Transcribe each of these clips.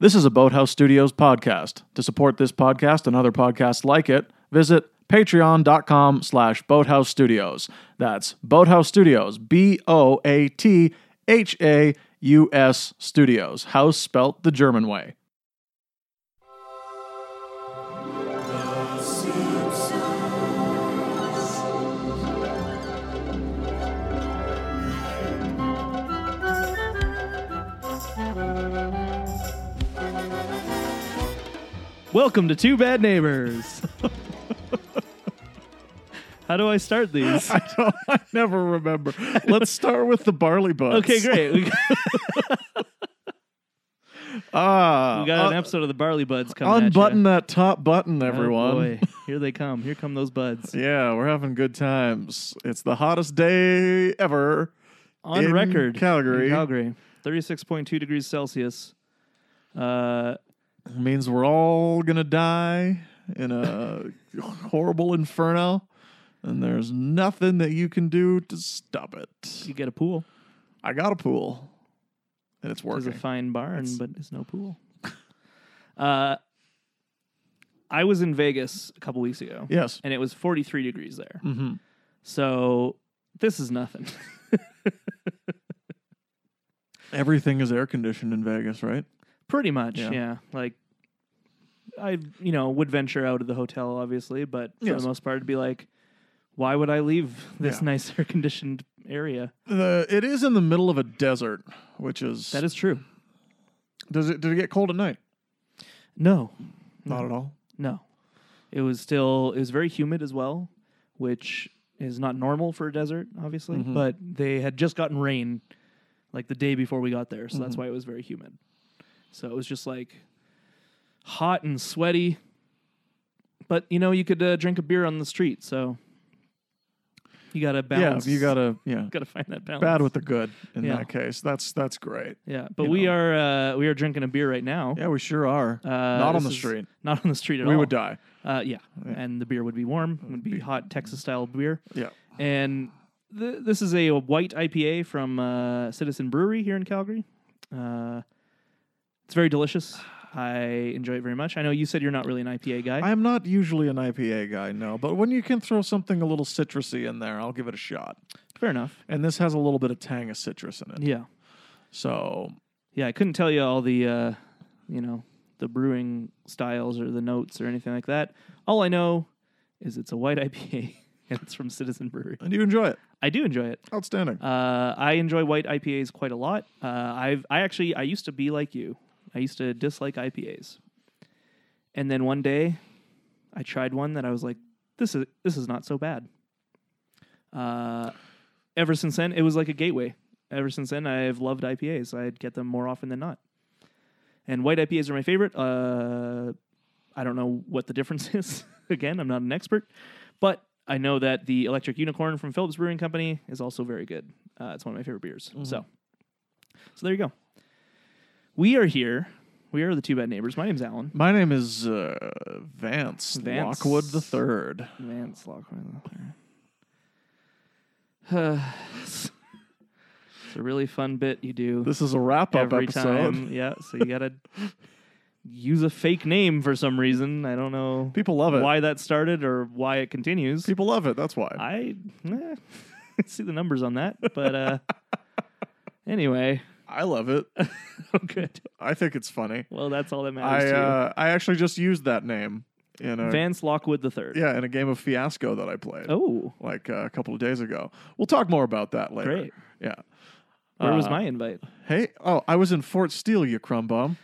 This is a Boathouse Studios podcast. To support this podcast and other podcasts like it, visit patreon.com slash boathouse studios. That's Boathouse Studios, B O A T H A U S Studios. House spelt the German way. Welcome to Two Bad Neighbors. How do I start these? I don't I never remember. Let's start with the barley buds. Okay, great. We got, Ah, we got an uh, episode of the Barley Buds coming. at ya. unbutton that top button, Oh, everyone. boy. Here they come. Here come those buds. Yeah, we're having good times. It's the hottest day ever. On In record, Calgary. in Calgary, thirty-six point two degrees Celsius. Uh, means we're all gonna die in a horrible inferno, and there's nothing that you can do to stop it. you get a pool. I got a pool, and it's There's working. a fine barn, It's- but it's no pool. uh, I was in Vegas a couple weeks ago, yes. and it was forty-three degrees there. hmm So this is nothing. Everything is air conditioned in Vegas, right? Pretty much, Yeah. yeah. Like, I you know would venture out of the hotel, obviously, but for Yes. the most part, it'd be like, why would I leave this Yeah. nice air conditioned area? The it is in the middle of a desert, which is That is true. Does it did it get cold at night? No, Not at all. no. It was still it was very humid as well, which is not normal for a desert, obviously. Mhm. But they had just gotten rain, like the day before we got there, so Mm-hmm. that's why it was very humid. So it was just like hot and sweaty. But you know, you could uh, drink a beer on the street, so you got to balance. Yeah, you gotta yeah. got to find that balance. Bad with the good in Yeah. that case. That's that's great. yeah, but you we know. are uh, we are drinking a beer right now. Yeah, we sure are. Uh, Not on this the is- street. Not on the street at We all. would die. Uh, yeah. Yeah. and the beer would be warm. It would be hot Texas style beer. Yeah. And th- this is a white IPA from uh, Citizen Brewery here in Calgary. Uh, it's very delicious. I enjoy it very much. I know you said you're not really an IPA guy. I'm not usually an IPA guy, no, but when you can throw something a little citrusy in there, I'll give it a shot. Fair enough. And this has a little bit of tang of citrus in it. Yeah, So, yeah. I couldn't tell you all the, uh, you know, the brewing styles or the notes or anything like that. All I know is it's a white IPA and it's from Citizen Brewery. and you enjoy it. I do enjoy it. Outstanding. Uh, I enjoy white IPAs quite a lot. Uh, I've I actually I used to be like you. I used to dislike IPAs, and then one day, I tried one that I was like, this is this is not so bad. Uh, ever since then, it was like a gateway. Ever since then, I've loved IPAs. I'd get them more often than not, and white IPAs are my favorite. Uh, I don't know what the difference is. Again, I'm not an expert, but I know that the Electric Unicorn from Phillips Brewing Company is also very good. Uh, it's one of my favorite beers. So, Mm-hmm. so there you go. We are here. We are the two bad neighbors. My name's Alan My name is uh, Vance, Vance. Lockwood the Third. Vance Lockwood. it's a really fun bit you do This is a wrap up every episode. time. Yeah, so you gotta use a fake name for some reason. I don't know People love it. why that started or why it continues. People love it. That's why. I eh, see the numbers on that, but uh, anyway, I love it. oh good. I think it's funny. Well, that's all that matters. I to you. uh, I actually just used that name in a Vance Lockwood the third. yeah in a game of Fiasco that I played Oh, like uh, a couple of days ago. We'll talk more about that later. Great. Yeah. where was Uh, my invite? Hey, oh, I was in Fort Steele, you crumb bum.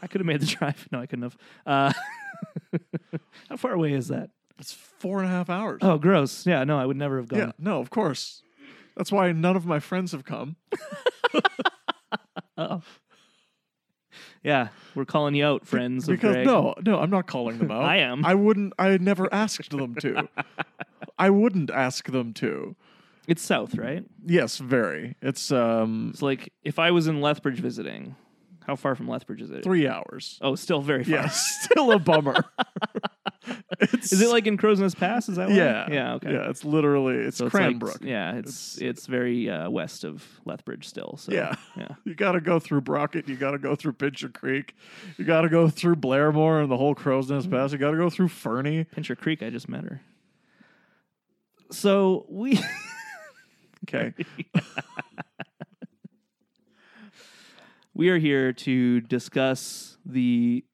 I could have made the drive. No, I couldn't have. Uh, how far away is that? It's four and a half hours. Oh, gross. Yeah, no, I would never have gone. yeah, no, of course. That's why none of my friends have come. Yeah, we're calling you out, friends. of because Greg. no, no, I'm not calling them out. I am. I wouldn't. I never asked them to. I wouldn't ask them to. it's south, right? Yes, very. It's um It's like if I was in Lethbridge visiting, how far from Lethbridge is it? three hours. Oh, still very far. Yeah, still a bummer. It's, Is it like in Crow's Nest Pass? Is that one? yeah, Yeah, okay. yeah. It's literally it's So it's like- Cranbrook. yeah, it's, it's very uh, west of Lethbridge still. So Yeah. yeah. You got to go through Brockett. You got to go through Pincher Creek. You got to go through Blairmore and the whole Crow's Nest Mm-hmm. Pass. You got to go through Fernie. Pincher Creek, I just met her. So we Okay. we are here to discuss the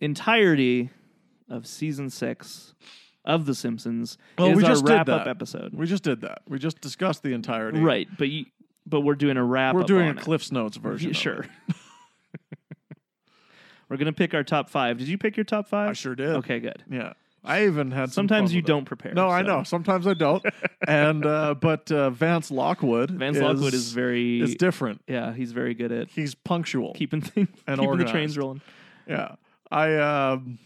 entirety of season six of The Simpsons. Well, it is Oh, we our just did wrap up that. episode, we just did that. We just discussed the entirety. right? But you, but we're doing a wrap. We're up doing a on it. Cliff's Notes version. of Yeah, sure. it. we're gonna pick our top five. Did you pick your top five? I sure did. Okay, good. Yeah. I even had some Sometimes fun you with it. don't prepare. No, I so. know. Sometimes I don't. and uh, but uh, Vance Lockwood. Vance is, Lockwood is very is different. yeah, he's very good at He's punctual. keeping things And keeping the organized. trains rolling. Yeah. I um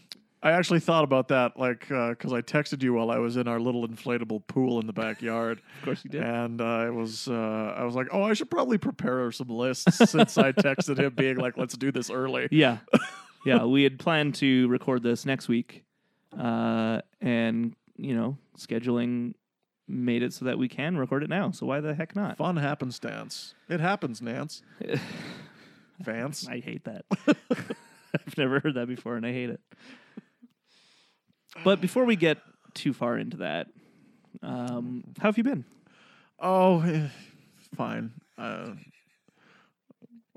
I actually thought about that like uh 'cause cuz I texted you while I was in our little inflatable pool in the backyard Of course, he did. and uh, I was uh, I was like, "Oh, I should probably prepare some lists since I texted him being like, let's do this early." Yeah. Yeah. we had planned to record this next week. Uh, and, you know, scheduling made it so that we can record it now. So why the heck not? Fun happenstance. It happens, Nance. Vance. I hate that. I've never heard that before and I hate it. But before we get too far into that, um, how have you been? Oh, eh, fine. Uh,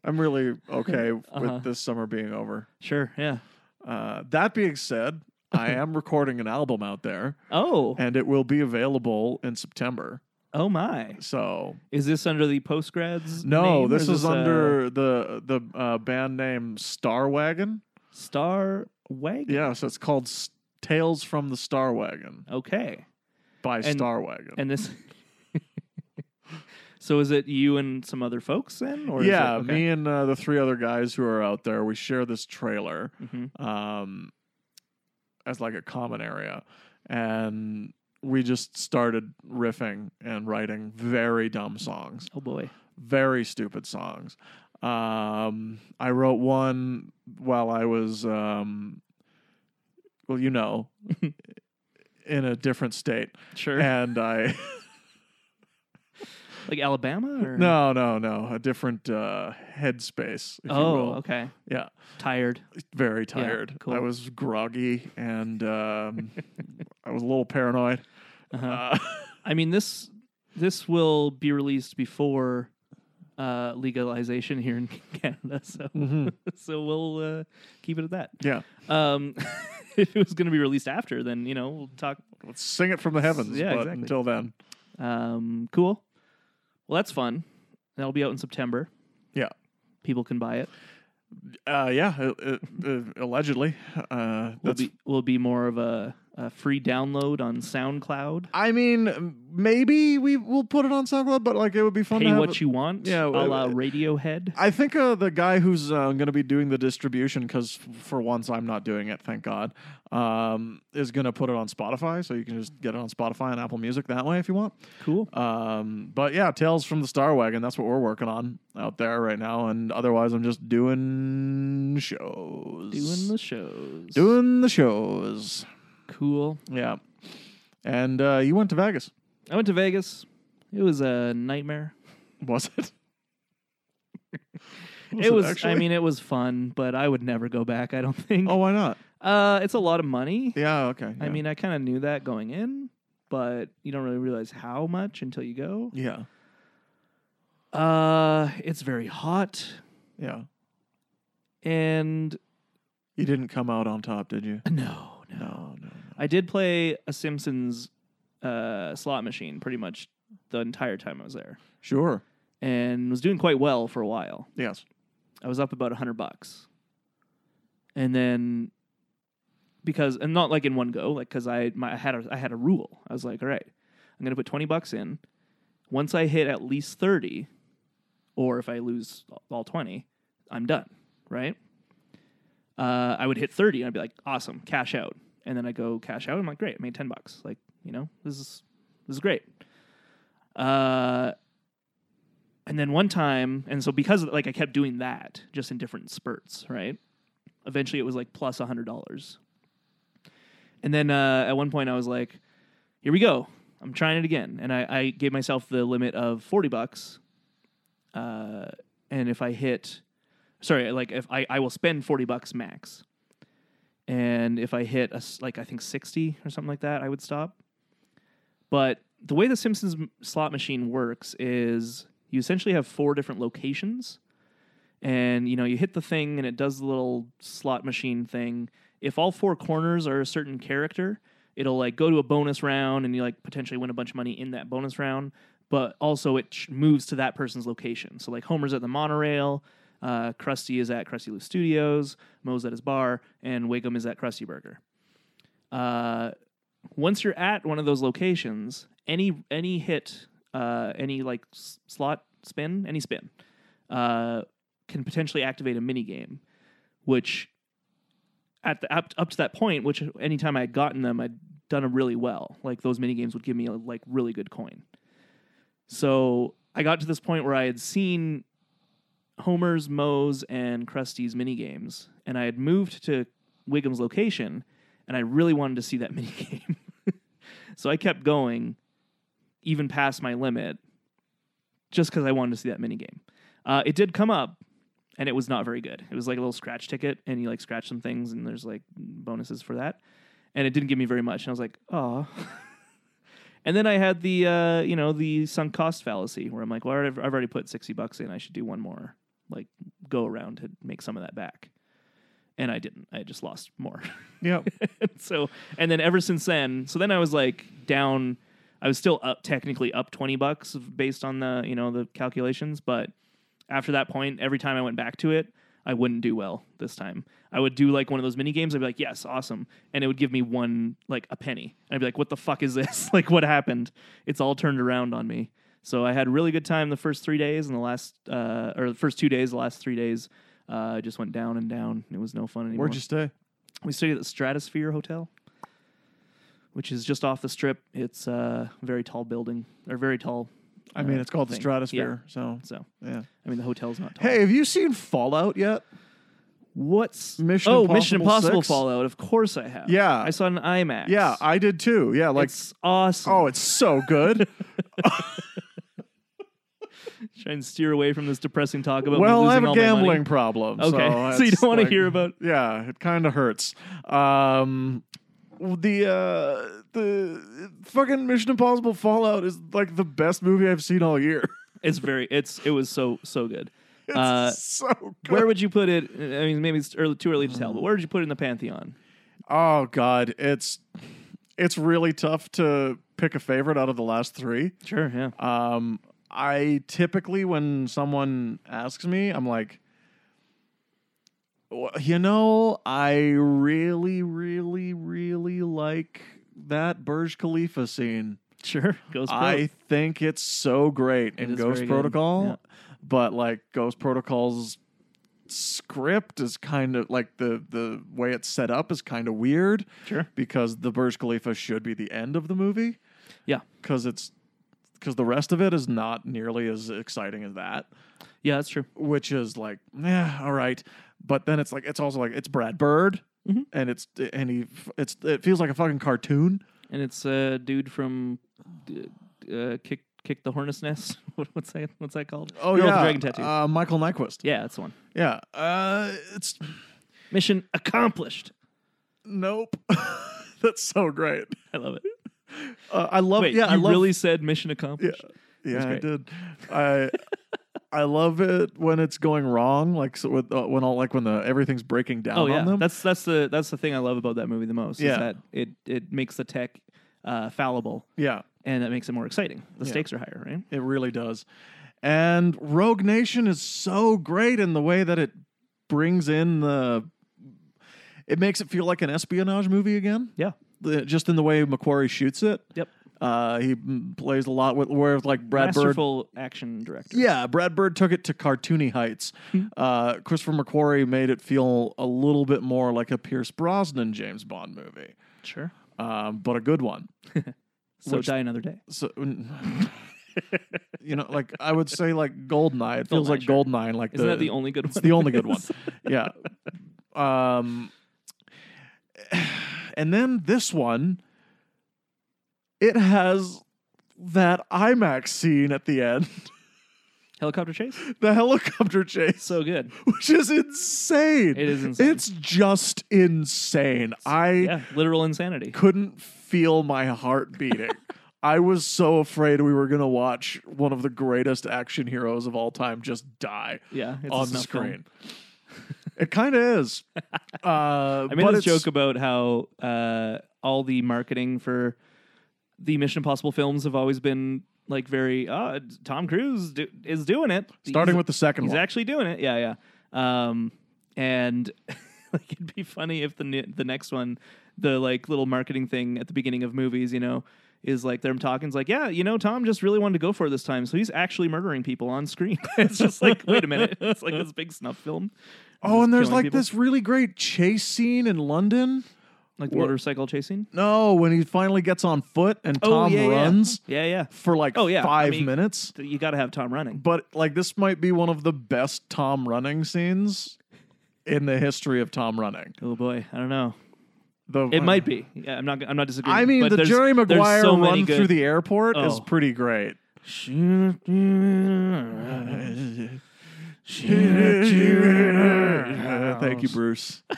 I'm really okay Uh-huh. with this summer being over. Sure. Yeah. Uh, that being said, I am recording an album out there, Oh. and it will be available in September. Oh, my. So Is this under the postgrads? no, name, or this is, uh, under the the uh, band name Star Wagon. Star Wagon. Yeah, so it's called S- Tales from the Star Wagon Okay. by And- Star Wagon. And this. so is it you and some other folks then, or yeah, Is it, me and uh, the three other guys who are out there, we share this trailer. hmm um, as like a common area, and we just started riffing and writing very dumb songs, Oh boy. very stupid songs. Um, I wrote one while I was, um, well, you know, in a different state, Sure. and I Like Alabama or no, no, no, a different uh, headspace. If Oh, you will. okay. yeah. Tired. very tired. cool. I was groggy and um, I was a little paranoid. Uh-huh. Uh, I mean this this will be released before uh, legalization here in Canada, so Mm-hmm. so we'll uh, keep it at that. Yeah, Um, if it was going to be released after, then you know we'll talk. let's sing it from the heavens. Yeah, but exactly. until then, Um, cool. Well, that's fun. That'll be out in September. Yeah. People can buy it. uh, yeah, it, it, uh, allegedly. Uh, will that's, be will be more of a, a free download on SoundCloud. I mean, maybe we will put it on SoundCloud, but like it would be fun. Pay to have what it- you want, Yeah, a w- la Radiohead. I think uh, the guy who's uh, going to be doing the distribution, because for once I'm not doing it, thank God, um, is going to put it on Spotify. So you can just get it on Spotify and Apple Music that way if you want. Cool. Um, but yeah, Tales from the Star Wagon. That's what we're working on out there right now. And otherwise, I'm just doing shows. Doing the shows. Doing the shows. cool. Yeah. And uh, you went to Vegas, I went to Vegas. It was a nightmare. was it? it was. actually? I mean, it was fun, but I would never go back. I don't think. Oh, why not? Uh, it's a lot of money. Yeah. Okay. I yeah. mean, I kind of knew that going in, but you don't really realize how much until you go. Yeah. Uh, it's very hot, Yeah. and You didn't come out on top, did you? no, no, No. No. I did play a Simpsons uh, slot machine pretty much the entire time I was there, Sure. and was doing quite well for a while. Yes. I was up about a hundred bucks, and then because and not like in one go, like because I my I had a, I had a rule. I was like, all right, I'm gonna put twenty bucks in. Once I hit at least thirty, or if I lose all twenty, I'm done. Right? Uh, I would hit thirty, and I'd be like, awesome, cash out. And then I go cash out. I'm like, great, I made ten bucks. Like you know, this is this is great. Uh, and then one time, and so because of, like I kept doing that just in different spurts, right? Eventually, it was like plus a hundred dollars. And then uh, at one point, I was like, "Here we go! I'm trying it again." And I, I gave myself the limit of forty bucks. Uh, and if I hit, sorry, like if I, I will spend forty bucks max. And if I hit a s like I think sixty or something like that, I would stop. But the way the Simpsons m- slot machine works is you essentially have four different locations and you know you hit the thing and it does the little slot machine thing if all four corners are a certain character it'll like go to a bonus round and you like potentially win a bunch of money in that bonus round but also it ch- moves to that person's location so like homer's at the monorail uh, krusty is at krusty Lou studios moe's at his bar and wiggum is at krusty burger uh, once you're at one of those locations any any hit uh, any like s- slot spin any spin uh, can potentially activate a mini game, which at the up, up to that point, which anytime I had gotten them, I'd done them really well. Like those mini games would give me a, like really good coin. So I got to this point where I had seen Homer's, Moe's, and Krusty's mini games, and I had moved to Wiggum's location, and I really wanted to see that mini game. so I kept going, even past my limit, just because I wanted to see that mini game. Uh, it did come up, and it was not very good. It was like a little scratch ticket, and you like scratch some things, and there's like bonuses for that. And it didn't give me very much, and I was like, oh. and then I had the uh, you know the sunk cost fallacy, where I'm like, well, I've I've already put sixty bucks in, I should do one more like go around to make some of that back. And I didn't. I just lost more. Yep. so and then ever since then, so then I was like down. I was still up technically up twenty bucks based on the you know the calculations, but after that point, every time I went back to it, I wouldn't do well this time. I would do like one of those mini games. I'd be like, yes, awesome. And it would give me one, like a penny. And I'd be like, what the fuck is this? like, what happened? It's all turned around on me. So I had a really good time the first three days and the last, uh, or the first two days, the last three days, uh, just went down and down. It was no fun anymore. Where'd you stay? we stayed at the Stratosphere Hotel, which is just off the strip. It's a very tall building, or very tall. I mean, uh, it's called the thing. Stratosphere. So, Yeah. So, yeah. I mean, the hotel's not tall. Hey, have you seen Fallout yet? What's Mission Oh, Impossible Mission Impossible 6? Fallout. Of course I have. Yeah. I saw an IMAX. Yeah, I did too. Yeah, like, it's awesome. oh, it's so good. Try and steer away from this depressing talk about. me oh. well, I have losing a all my money. gambling problem. Okay, so, so you it's don't want like- to hear about. Yeah, it kind of hurts. Um, the uh, the fucking Mission Impossible Fallout is like the best movie I've seen all year. It's very. It's it was so so good. It's Uh, so good. Mm. Where would you put it? I mean, maybe it's early, too early to tell, but where would you put it in the pantheon? oh god, it's it's really tough to pick a favorite out of the last three. Sure. Yeah. Um, I typically, when someone asks me, I'm like, "Well, you know, I really, really, really like that Burj Khalifa scene. Sure. Goes. I think it's so great in is Ghost very good, Protocol, yeah. but like Ghost Protocol's script is kind of like the the way it's set up is kind of weird Sure. because the Burj Khalifa should be the end of the movie. Yeah. because it's because the rest of it is not nearly as exciting as that, Yeah, that's true. which is like, yeah, all right. But then it's like it's also like it's Brad Bird, Mhm. and it's and he it's it feels like a fucking cartoon. And it's a dude from uh, uh, kick kick the hornet's nest. what's that? What's that called? Oh Girl with yeah, the dragon tattoo. Uh, Michael Nyquist. yeah, that's the one. Yeah, uh, it's Mission accomplished. nope. That's so great. I love it. Uh, I love. Wait, yeah, you I love. really said mission accomplished? yeah, I great. did. I I love it when it's going wrong, like so with uh, when all like when the everything's breaking down Oh yeah, on them. that's that's the that's the thing I love about that movie the most. Yeah. is that it it makes the tech uh, fallible yeah, and that makes it more exciting. The Yeah. stakes are higher, right? It really does. And Rogue Nation is so great in the way that it brings in the. It makes it feel like an espionage movie again. Yeah, The- just in the way Macquarie shoots it. Yep. Uh, he mm, plays a lot with where like Brad Bird. masterful action director. Yeah, Brad Bird took it to cartoony heights. Uh, Christopher McQuarrie made it feel a little bit more like a Pierce Brosnan James Bond movie, sure. um, but a good one. So Which- die another day. So, mm, you know, like I would say, like Goldeneye. It feels Goldeneye, like sure. Goldeneye. Like Isn't that the only good one? It's the only good one. yeah. Um, And then this one, it has that IMAX scene at the end, Helicopter chase? the helicopter chase, So good. which is insane. It is insane. It's just insane. I yeah, literal insanity. couldn't feel my heart beating. I was so afraid we were going to watch one of the greatest action heroes of all time just die Yeah, it's a on the snuff film. screen. it kind of is. Uh, I made but this it's- joke about how uh, all the marketing for the Mission Impossible films have always been like very uh, Tom Cruise do- is doing it. starting He's- with the second he's one. actually doing it. Yeah, yeah. Um, and like it'd be funny if the ne- the next one, the like little marketing thing at the beginning of movies, you know, is like them talking. It's like, yeah, you know, Tom just really wanted to go for it this time, so he's actually murdering people on screen. it's just like, wait a minute, it's like this big snuff film. Oh, and there's killing like people. this really great chase scene in London. Like the Wha- motorcycle chasing. No, when he finally gets on foot and Oh, Tom yeah, yeah. runs Yeah, yeah. for like Oh, yeah. I five mean- minutes. You got to have Tom running. But like this might be one of the best Tom running scenes in the history of Tom running. Oh boy, I don't know. The, It might be. Yeah, I'm not. I'm not disagreeing. I mean, but the there's- Jerry there's Maguire so many run good- through the airport is Oh. pretty great. Thank you, Bruce.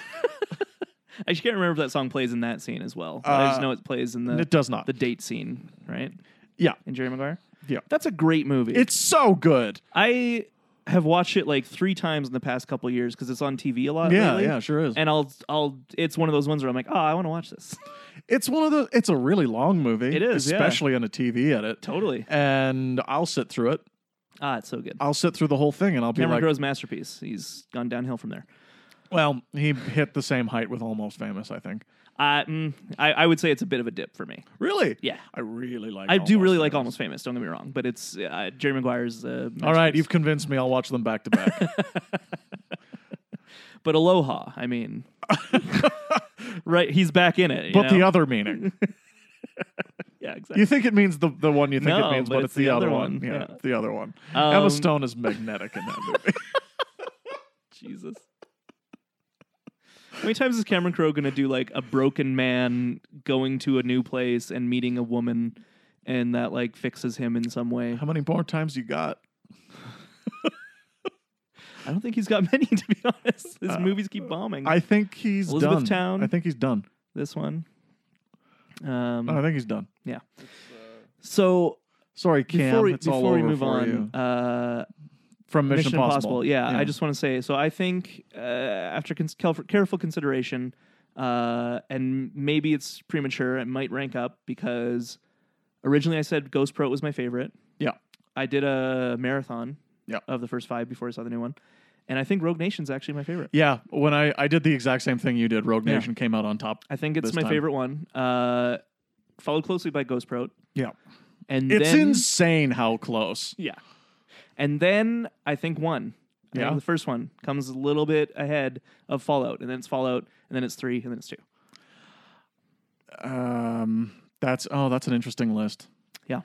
I just can't remember if that song plays in that scene as well. but I just Uh, know it plays in the It does not. the date scene, right? Yeah. In Jerry Maguire. Yeah. That's a great movie. It's so good. I have watched it like three times in the past couple years because it's on TV a lot. Yeah, lately. yeah, sure is. And I'll, I'll. It's one of those ones where I'm like, oh, I want to watch this. It's one of the. It's a really long movie. It is, yeah. especially in a TV edit. totally. And I'll sit through it. Ah, it's so good. I'll sit through the whole thing, and I'll be Cameron like, Crowe's masterpiece. He's gone downhill from there. "Well, he hit the same height with Almost Famous, I think." I, mm, I, I would say it's a bit of a dip for me. Really? Yeah. I really like. I do Almost really Famous. like Almost Famous. Don't get me wrong, but it's uh, Jerry Maguire's. Uh, All right, masterpiece. you've convinced me. I'll watch them back to back. but Aloha. I mean, right? He's back in it. you But the know? other meaning. yeah, exactly. You think it means the, the one you think No, it means, but, it's, the, other one. Yeah, yeah. it's the other one. Um, Emma Stone is magnetic in that movie. Jesus. How many times is Cameron Crowe going to do like a broken man going to a new place and meeting a woman, and that like fixes him in some way? How many more times you got? I don't think he's got many, to be honest. His movies keep bombing. Uh, I think he's done. Elizabeth Town. I think he's done. this one. Um, I think he's done. so Sorry, Cam. before we, it's all before over we move for you. on, uh, From Mission, Mission, Impossible. Yeah, Yeah. I just want to say so. I think uh, after cons- caref- careful consideration, uh, and maybe it's premature, it might rank up because originally I said Ghost Pro was my favorite. Yeah. I did a marathon Yeah. of the first five before I saw the new one, and I think Rogue Nation's actually my favorite. Yeah, when I, I did the exact same thing you did, Rogue Yeah. Nation came out on top. I think it's This my time. favorite one, uh, followed closely by Ghost Pro, Yeah. and It's then insane how close. yeah, and then I think one. I think Yeah. the first one comes a little bit ahead of Fallout, and then it's Fallout, and then it's three, and then it's two. Um, that's oh, that's an interesting list. Yeah.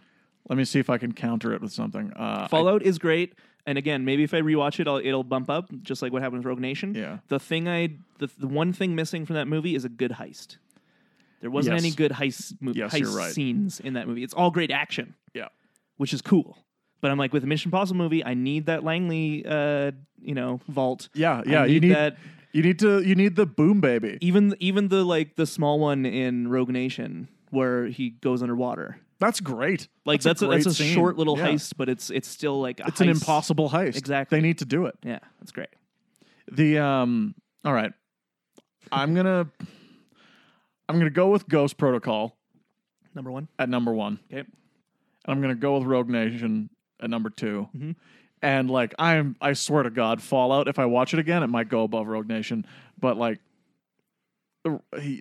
Let me see if I can counter it with something. Uh, I- Fallout is great, and again, maybe if I rewatch it, I'll, it'll bump up, just like what happened with Rogue Nation. Yeah. The thing I, the, the one thing missing from that movie is a good heist. There wasn't Yes. any good heist, mo- Yes, you're heist right. scenes in that movie. It's all great action, yeah. which is cool. But I'm like with the Mission Impossible movie, I need that Langley, uh, you know, vault. Yeah, I yeah. you need that. you need to you need the boom baby. Even even the like the small one in Rogue Nation where he goes underwater. That's great. Like that's a, that's a, great scene. short little Yeah. heist, but it's it's still like a It's an heist. impossible heist. Exactly. They need to do it. Yeah, that's great. The um all right. I'm going to I'm going to go with Ghost Protocol Number one. at number 1. Okay. And I'm going to go with Rogue Nation at number 2. Mhm. And like I'm I swear to god Fallout if I watch it again it might go above Rogue Nation, but like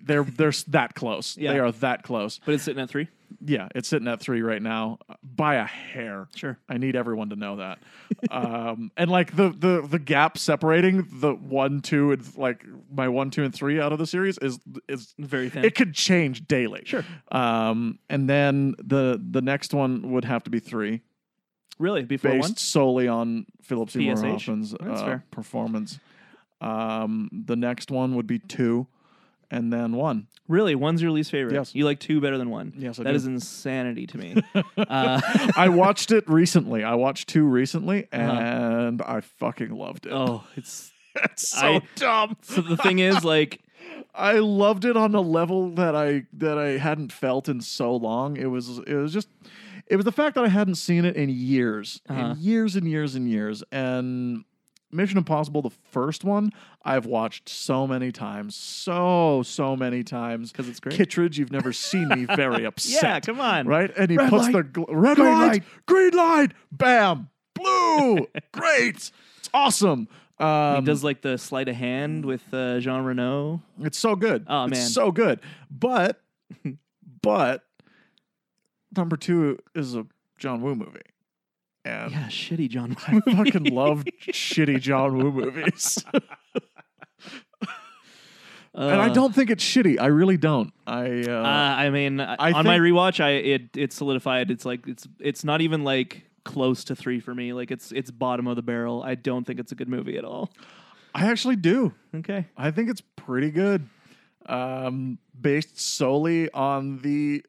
they're they're that close. Yeah. They are that close. But it's sitting at three. Yeah, it's sitting at three right now uh, by a hair. Sure. I need everyone to know that. um, and like the the the gap separating the one, two, and like my one, two, and three out of the series is is Very thin. it could change daily. Sure. Um, and then the the next one would have to be three, really? Before based one? solely on Philip Seymour PSH? Hoffman's That's uh, fair. performance. Um, the next one would be two, and then one. Really, one's your least favorite. Yes. You like two better than one. Yes, I That do. is insanity to me. uh, I watched it recently. I watched two recently, and I fucking loved it. Uh-huh. oh, it's it's so I- dumb. so the thing is like I loved it on a level that I that I hadn't felt in so long. It was it was just it was the fact that I hadn't seen it in years, Uh-huh. in years and years and years. And Mission Impossible, the first one, I've watched so many times, so so many times. because it's great. Kittredge, you've never seen me very upset, yeah, come on. right? And he Red puts light, the gl- red green light, light. green light, bam, blue, great, it's awesome. Um, he does like the sleight of hand with uh, Jean Reno. It's so good. Oh, It's man. so good. But but number two is a John Woo movie, and Yeah, shitty John. I fucking love shitty John Woo movies. Uh. and I don't think it's shitty. I really don't. I uh, Uh, I mean, I- I on my rewatch, I it it solidified. It's like it's it's not even like close to three for me. Like it's it's bottom of the barrel. I don't think it's a good movie at all. I actually do. Okay. I think it's pretty good. Um, based solely on the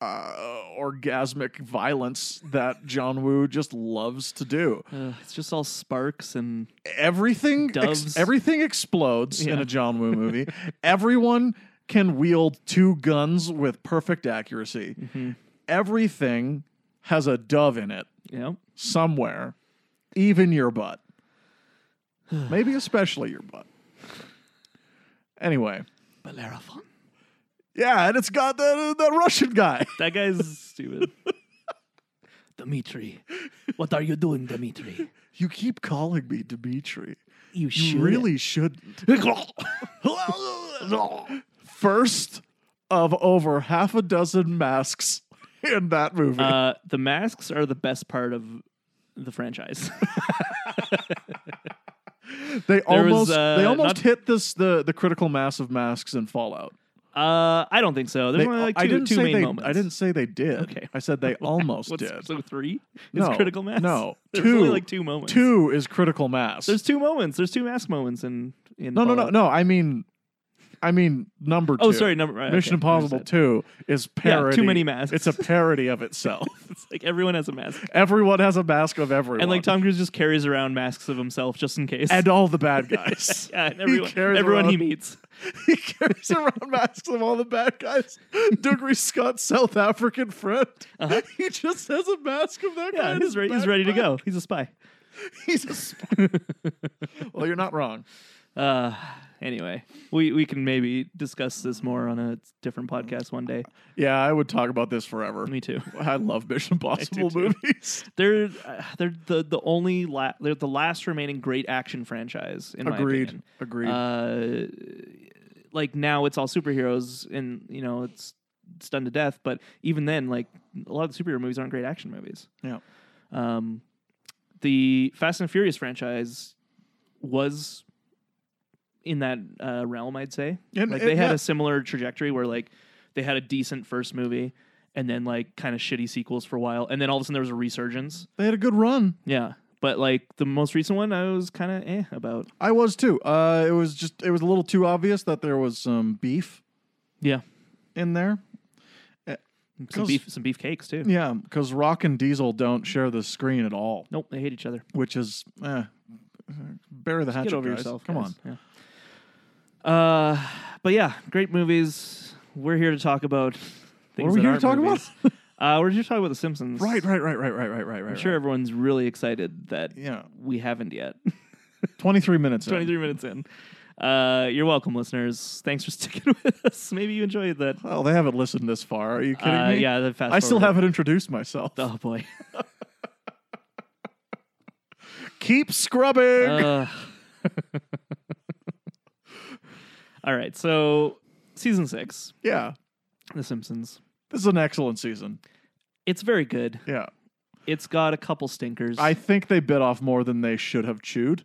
uh, orgasmic violence that John Woo just loves to do. Uh, it's just all sparks and everything ex- Doves. everything explodes in Yeah. a John Woo movie. Everyone can wield two guns with perfect accuracy. Mm-hmm. Everything has a dove in it you know. somewhere, even your butt. Maybe especially your butt. Anyway, Bellerophon. yeah, and it's got that uh, that Russian guy. That guy's stupid. Dmitri, what are you doing, Dmitri? You keep calling me Dimitri. You should You really shouldn't. First of over half a dozen masks in that movie. Uh, the masks are the best part of the franchise. they there was, almost uh, they almost not- hit this the the critical mass of masks in Fallout. uh, I don't think so. There's They- only like two, I didn't two say main they moments. I didn't say they did. Okay. I said they almost What's, did. So three is No, critical mass. no. there's Two- only like two moments. Two is critical mass. There's two moments. There's two mask moments in in. no, no, no, Fallout. no. I mean, I mean number two. Oh, sorry. Number right, Mission okay, Impossible understood. Two is parody. too many masks. It's a parody of itself. It's like everyone has a mask, everyone has a mask of everyone, and like Tom Cruise just carries around masks of himself just in case. and all the bad guys. yeah, and everyone, carries everyone he around- meets. he carries around masks of all the bad guys. Dougray Scott's South African friend. He just has a mask of that guy. Uh-huh. Yeah, in he's, his re- he's backpack. ready to go. He's a spy. He's a sp- well, you're not wrong. Uh, anyway, we we can maybe discuss this more on a different podcast one day. Yeah, I would talk about this forever. Me too. I love Mission Impossible too. movies. They're uh, they're the the only la- they're the last remaining great action franchise in my Agreed. opinion. Agreed. uh, like now it's all superheroes and you know it's it's done to death but even then like a lot of the superhero movies aren't great action movies yeah. um the fast and furious franchise was in that uh, realm i'd say And- like and- they had yeah. a similar trajectory where like they had a decent first movie and then like kind of shitty sequels for a while and then all of a sudden there was a resurgence They had a good run. yeah but like the most recent one i was kind of eh about I was too. Uh, it was just it was a little too obvious that there was some beef yeah in there. some 'Cause- beef some beef cakes too Yeah, because Rock and Diesel don't share the screen at all, Nope, they hate each other. which is eh, bury the hatchet. Get over guys. yourself. Come guys. on. Yeah. Uh, but yeah, great movies. We're here to talk about. Things are we that here to talk aren't movies. uh, we're here to talk about The Simpsons. Right, right, right, right, right, right, right, right. I'm sure everyone's really excited that Yeah. we haven't yet. 23 minutes. in. 23 minutes in. Uh, you're welcome, listeners. Thanks for sticking with us. Maybe you enjoyed that. Oh, they haven't listened this far. Are you kidding Uh, me? yeah, the fast. I still forward. haven't introduced myself. Oh boy. Keep scrubbing. Ugh. All right, so season six, yeah. The Simpsons. This is an excellent season. It's very good. Yeah. It's got a couple stinkers. I think they bit off more than they should have chewed.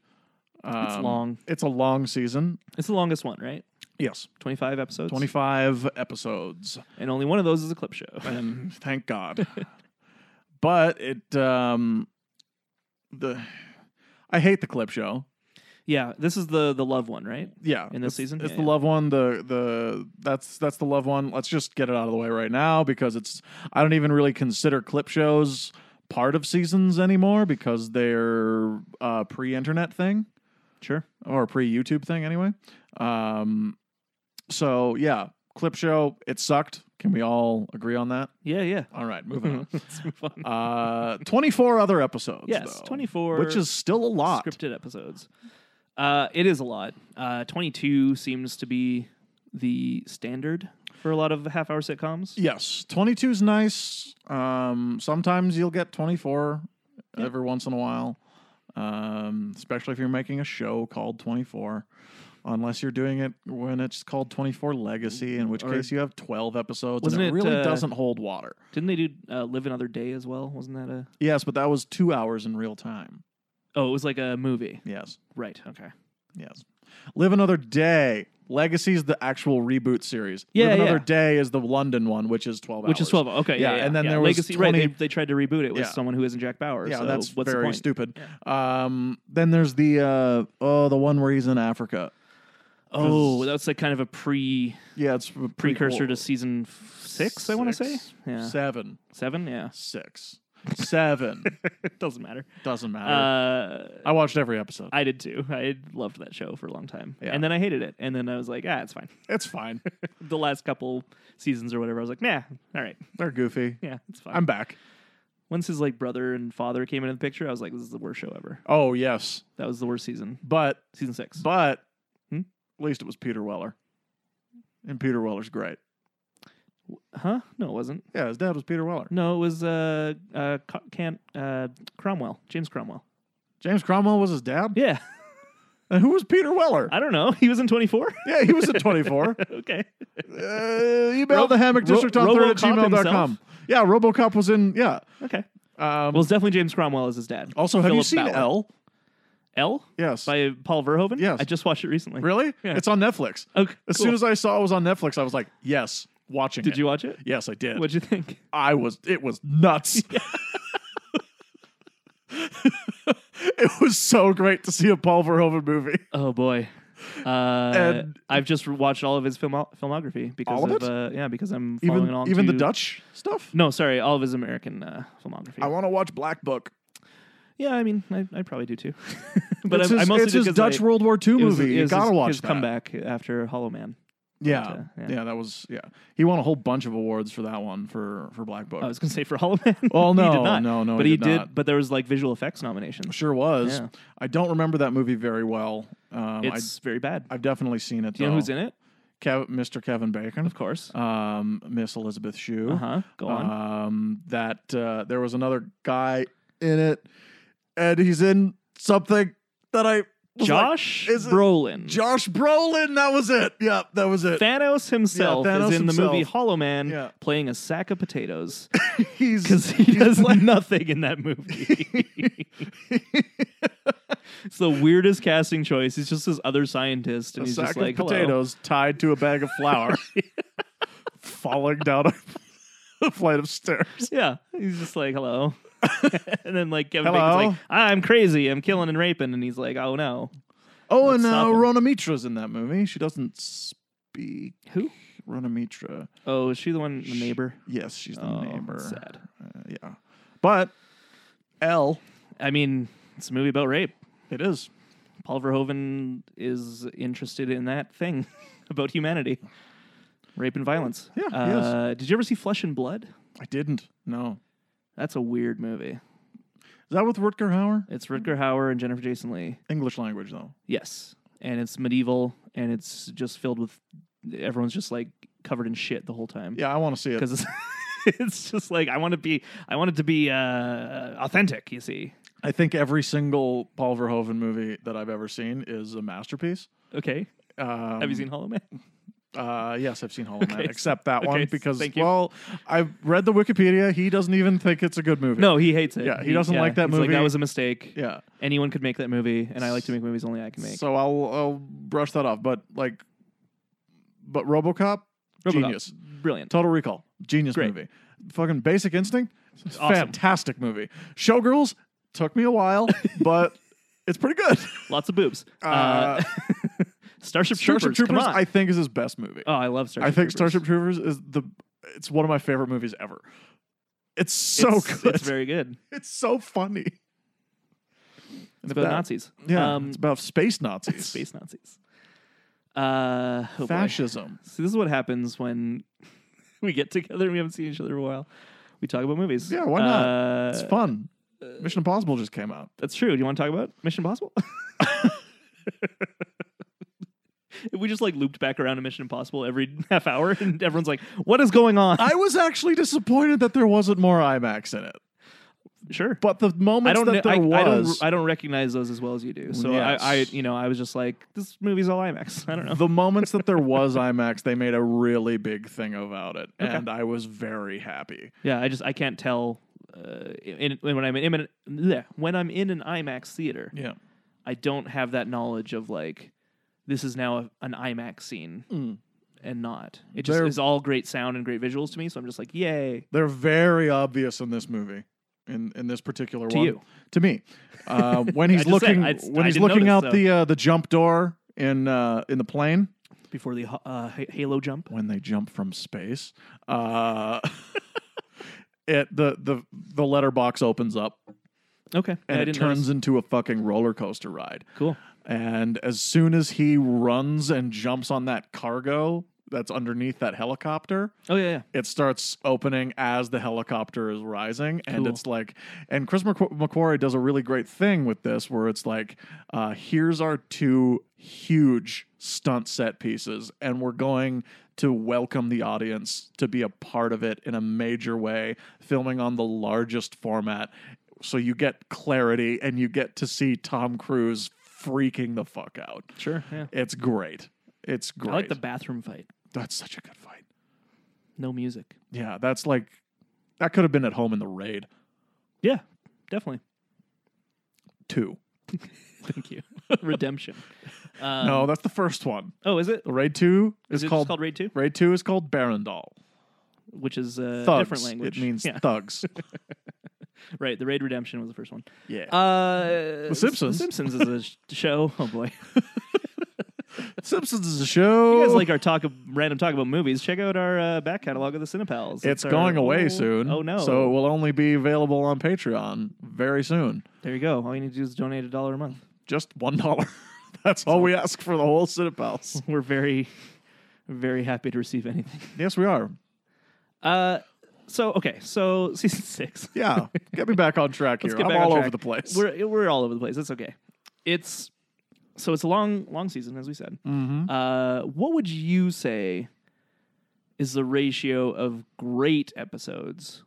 Um, it's long. It's a long season. It's the longest one, right? Yes. 25 episodes. 25 episodes. And only one of those is a clip show. and thank God. but it um the I hate the clip show. Yeah, this is the the love one, right? Yeah, In this it's- season? it's Yeah, the yeah. love one. The the that's that's the love one. Let's just get it out of the way right now because it's. I don't even really consider clip shows part of seasons anymore because they're uh, pre-internet thing Sure. or pre-YouTube thing anyway. Um, so yeah, clip show. It sucked. Can we all agree on that? Yeah, yeah. All right, moving Let's move on. on. Uh, twenty-four other episodes. yes, though, twenty four, which is still a lot. scripted episodes. Uh, it is a lot. Uh, twenty two seems to be the standard for a lot of half hour sitcoms. Yes, 22 is nice. Um, sometimes you'll get 24 every once in a while, um, especially if you're making a show called 24. Unless you're doing it when it's called 24 Legacy, in which Or- case you have 12 episodes, Wasn't and it, it, really uh, doesn't hold water. Didn't they do uh, Live Another Day as well? Wasn't that a? Yes, but that was two hours in real time. Oh, it was like a movie. Yes, Right. Okay. yes. Live Another Day. Legacy is the actual reboot series. Yeah, Live yeah. Another Day is the London one, which is 12 Which hours. is twelve. Okay. Yeah. Yeah, and then there was Legacy. 20 Right. They, they tried to reboot it with Yeah. someone who isn't Jack Bauer. Yeah, so that's what's the very point? stupid. Um, then there's the uh, oh, the one where he's in Africa. Oh, that's like kind of a pre Yeah, it's a precursor prequel. to season f- six. I want to say. Six, Yeah. seven, Seven. Yeah. six, seven. it doesn't matter. Doesn't matter. Uh, I watched every episode. I did too. I loved that show for a long time, Yeah. and then I hated it, and then I was like, ah, it's fine. it's fine. the last couple seasons or whatever, I was like, nah, all right, They're goofy. yeah, it's fine. I'm back. Once his like brother and father came into the picture, I was like, this is the worst show ever. Oh yes, That was the worst season, but season six. but Hmm? at least it was Peter Weller, and Peter Weller's great. huh? No, it wasn't. Yeah, his dad was Peter Weller. No, it was uh uh Co- can't uh Cromwell, James Cromwell. James Cromwell was his dad. Yeah, And who was Peter Weller? I don't know. He was in twenty four. yeah, he was at 24. okay. uh, email Ro- the hammock Ro- district on third at Robocop gmail.com. Yeah, Robocop was in. Yeah. Okay. Um, Well, it's definitely James Cromwell as his dad. also, have you Philip seen Bauer. L? L Yes. by Paul Verhoeven? Yes. I just watched it recently. really? Yeah. It's on Netflix. Okay. As cool. soon as I saw it was on Netflix, I was like, yes, watching did it. you watch it? Yes, I did. What'd you think? I was, it was nuts. it was so great to see a Paul Verhoeven movie. Oh boy. Uh, And- I've just watched all of his filmo- filmography because All of it? Uh, yeah, because I'm following Even, on even the to- Dutch stuff. No, sorry, all of his American uh, filmography. I want to watch Black Book. yeah, I mean, I, I probably do too, but it's I, his, I mostly it's do his 'cause Dutch I, World War II it was- movie. it You was gotta his, watch his that. comeback after Hollow Man. Yeah, uh, yeah, yeah. that was yeah. He won a whole bunch of awards for that one for for Black Book. I was gonna say for Hollow Man. Oh, he no, did not. no, no, But he he, did did. not. But there was like visual effects nominations. sure was. Yeah. I don't remember that movie very well. Um, I, Oh. It's very bad. I've definitely seen it. do you know who's in it? Kev, Mr. Kevin Bacon, Of course. um, Miss Elizabeth Shue. Uh huh. Go on. Um, that uh, there was another guy in it, and he's in something that I was like, Josh is it- Brolin. Josh Brolin. That was it. Yeah, that was it. Thanos himself Thanos is in the movie himself. Hollow Man Yeah. playing a sack of potatoes he's because he does nothing in that movie. it's the weirdest casting choice. He's just this other scientist, and a he's sack just like, of "Hello." potatoes tied to a bag of flour, falling down a, a flight of stairs. Yeah, he's just like, "Hello," and then like Kevin Hello? Bacon's like, "I'm crazy. I'm killing and raping," and he's like, "Oh no, Oh, Let's and uh, stop him. Rona Mitra's in that movie. She doesn't speak. who? Rona Mitra. Oh, is she the one, the neighbor?" Yes, she's the Oh, neighbor. sad. Uh, yeah, but L. I mean, it's a movie about rape. It is. Paul Verhoeven is interested in that thing about humanity, rape and violence. Yeah, he Uh, Did you ever see Flesh and Blood? I didn't. No. That's a weird movie. Is that with Rutger Hauer? It's Rutger Hauer and Jennifer Jason Lee. English language though. Yes, and it's medieval, and it's just filled with everyone's just like covered in shit the whole time. Yeah, I want to see it. because it's, it's just like I want to be. I want it to be uh, authentic. You see. I think every single Paul Verhoeven movie that I've ever seen is a masterpiece. Okay. Um, Have you seen Hollow Man? Uh, yes, I've seen Hollow Man, Okay, except that okay, one s- because thank you. well, I've read the Wikipedia. He doesn't even think it's a good movie. No, he hates it. Yeah, he doesn't like that he's movie. that was a mistake. yeah. Anyone could make that movie, and I like to make movies only I can make. So I'll I'll brush that off. But like, but RoboCop, RoboCop. genius. Brilliant. Total Recall, genius Great. movie. Fucking Basic Instinct, awesome. fantastic movie. Showgirls took me a while, but It's pretty good. Lots of boobs. Uh, Uh, Starship, Starship Troopers. come Troopers, on. I think, is his best movie. oh, I love Starship. I think Troopers. Starship Troopers is the. It's one of my favorite movies ever. It's so it's, good. It's very good. It's so funny. If It's about that- Nazis. Yeah, Um, it's about space Nazis, space Nazis. Uh, oh boy. fascism. See, this is what happens when we get together and we haven't seen each other in a while. We talk about movies. Yeah, why not? Uh, it's fun. Mission Impossible just came out. That's true. Do you want to talk about Mission Impossible? If we just like looped back around to Mission Impossible every half hour, and everyone's like, "What is going on?" I was actually disappointed that there wasn't more IMAX in it, sure. but the moments I don't. that kn- there I, I don't. was, I don't recognize those as well as you do. So Yes. I, I, you know, I was just like, "This movie's all IMAX." I don't know. the moments that there was IMAX, they made a really big thing about it, and I was very happy. Yeah, I just I can't tell. Uh, in, when I'm in, in bleh, when I'm in an IMAX theater, Yeah, I don't have that knowledge of like this is now a, an IMAX scene Mm. and not. It just They're- is all great sound and great visuals to me, so I'm just like, yay. they're very obvious in this movie, in in this particular To one. you. to me, uh, when he's I just said, looking I'd- when I he's didn't looking notice, out so- the uh, the jump door in uh, in the plane Before the uh, h- Halo jump, when they jump from space. Uh, It, the the the letterbox opens up okay, and I it didn't turns notice. into a fucking roller coaster ride. cool. And as soon as he runs and jumps on that cargo that's underneath that helicopter, Oh yeah, yeah. it starts opening as the helicopter is rising. And Cool. it's like, and Chris McQu- McQuarrie does a really great thing with this where it's like, uh, here's our two huge stunt set pieces, and we're going to welcome the audience to be a part of it in a major way, filming on the largest format. So you get clarity and you get to see Tom Cruise freaking the fuck out. Sure. Yeah. It's great. It's great. I like the bathroom fight. That's such a good fight. No music. Yeah, that's like that could have been at home in the raid Yeah, definitely. two. Thank you. Redemption. Um, no, that's the first one. Oh, is it? The raid two Is is, it just called, called Raid Two? raid two is called Barandal. Which is uh, a Thugs. different language. It means yeah. thugs. right. The Raid Redemption was the first one. yeah, Uh, The Simpsons. The Simpsons is a sh- show. Oh boy. Simpsons is a show. you guys like our talk of random talk about movies, check out our uh, back catalog of the Cinepals. it's our- going away oh, soon. Oh no! So it will only be available on Patreon very soon. there you go. All you need to do is donate a dollar a month. Just one dollar. that's all we ask for the whole Cinepals. We're very, very happy to receive anything. yes, we are. Uh, so okay, so season six. Yeah, get me back on track here. Let's get I'm back on all over track. the place. We're we're all over the place. That's okay. It's so it's a long long season as we said. Mhm. Uh, what would you say is the ratio of great episodes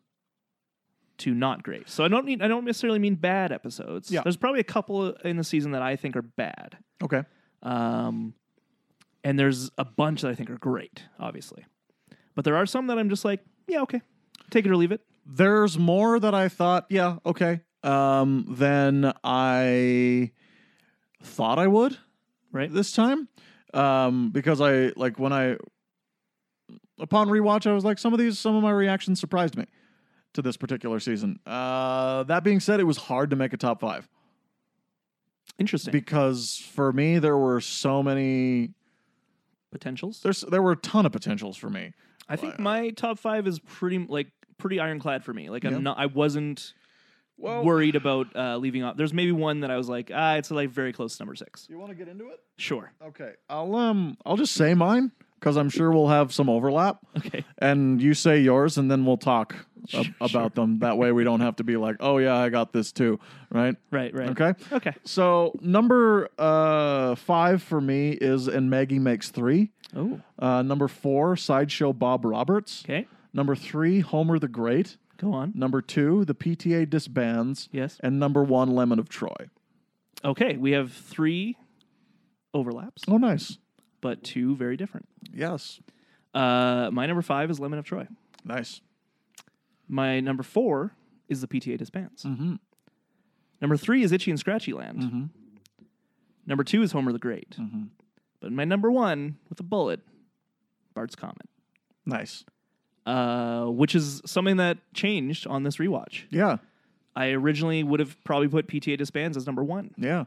to not great? So I don't need I don't necessarily mean bad episodes. Yeah. There's probably a couple in the season that I think are bad. Okay. Um, and there's a bunch that I think are great, obviously. But there are some that I'm just like, yeah, okay. Take it or leave it. there's more that I thought, yeah, okay, um, than I thought I would Right. this time. Um, because I like when I upon rewatch, I was like, some of these, some of my reactions surprised me to this particular season. Uh, that being said, it was hard to make a top five Interesting. because for me, there were so many, Potentials. there's, there were a ton of potentials for me. I think my top five is pretty like pretty ironclad for me. Like I'm Yeah. not I wasn't Well, worried about uh, leaving off. There's maybe one that I was like, ah, it's like very close to number six. you want to get into it? Sure. Okay. I'll, um, I'll just say mine because I'm sure we'll have some overlap. Okay. and you say yours and then we'll talk a- Sure, about sure. them that way we don't have to be like oh yeah i got this too right Right. Right. okay Okay. so number uh five for me is and maggie makes three Oh. uh number four sideshow bob roberts Okay. number three homer the great Go on. number two the pta disbands Yes. and number one lemon of troy Okay. We have three overlaps, oh nice but two very different. yes Uh, my number five is Lemon of Troy. nice My number four is the PTA disbands. Number three is Itchy and Scratchy Land. Number two is Homer the Great. But my number one with a bullet, Bart's Comet, nice uh, which is something that changed on this rewatch. yeah I originally would have probably put PTA disbands as number one, yeah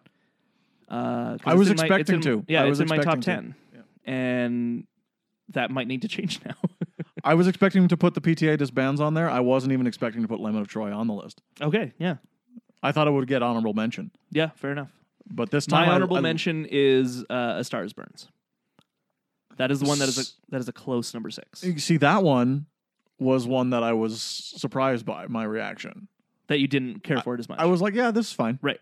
Uh, 'cause I it's was in my- it's expecting in- to. I Yeah, it's was in my top expecting ten, and that might need to change now. I was expecting to put the PTA disbands on there. I wasn't even expecting to put Lemon of Troy on the list. okay, yeah, I thought it would get honorable mention, yeah, fair enough. but this time My I- honorable I- mention is uh, A Stars Burns. That is the one that is a that is a close number six You See, that one was one that I was surprised by my reaction. that you didn't care for it as much. I was like, yeah, this is fine. Right.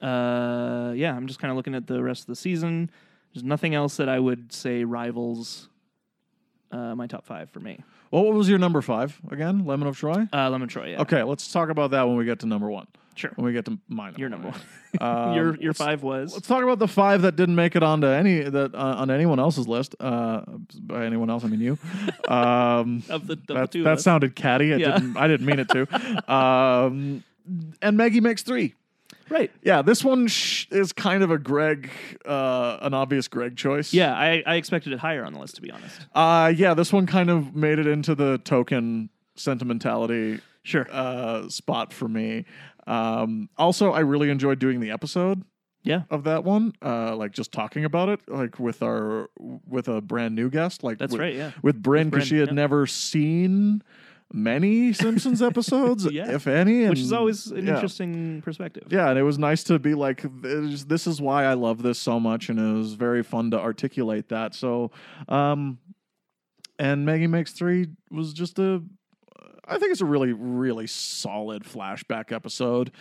Uh, yeah, I'm just kind of looking at the rest of the season. There's nothing else that I would say rivals uh, my top five for me. Well, what was your number five again? Lemon of Troy? Uh, Lemon Troy, yeah. Okay, let's talk about that when we get to number one. Sure. When we get to mine. Your number one. Um, your your let's- five was. Let's talk about the five that didn't make it onto any that uh, on anyone else's list. Uh, by anyone else, I mean you. Um, Of the, of the that two of that us. sounded catty. I Yeah. didn't. I didn't mean it to. Um, and Maggie makes three. Right. Yeah, this one sh- is kind of a Greg, uh, an obvious Greg choice. Yeah, I, I expected it higher on the list, to be honest. Uh, yeah, this one kind of made it into the token sentimentality Sure. uh, spot for me. Um, also, I really enjoyed doing the episode Yeah. of that one, uh, like just talking about it, like with our with a brand new guest, like That's with, right, yeah. with Bryn because Bryn, she had yeah. never seen many Simpsons episodes, Yeah. if any, Which and- is always an yeah. interesting perspective. Yeah, and it was nice to be like, this this is why I love this so much, and it was very fun to articulate that. So, um, and Maggie Makes Three was just a, I think it's a really, really solid flashback episode.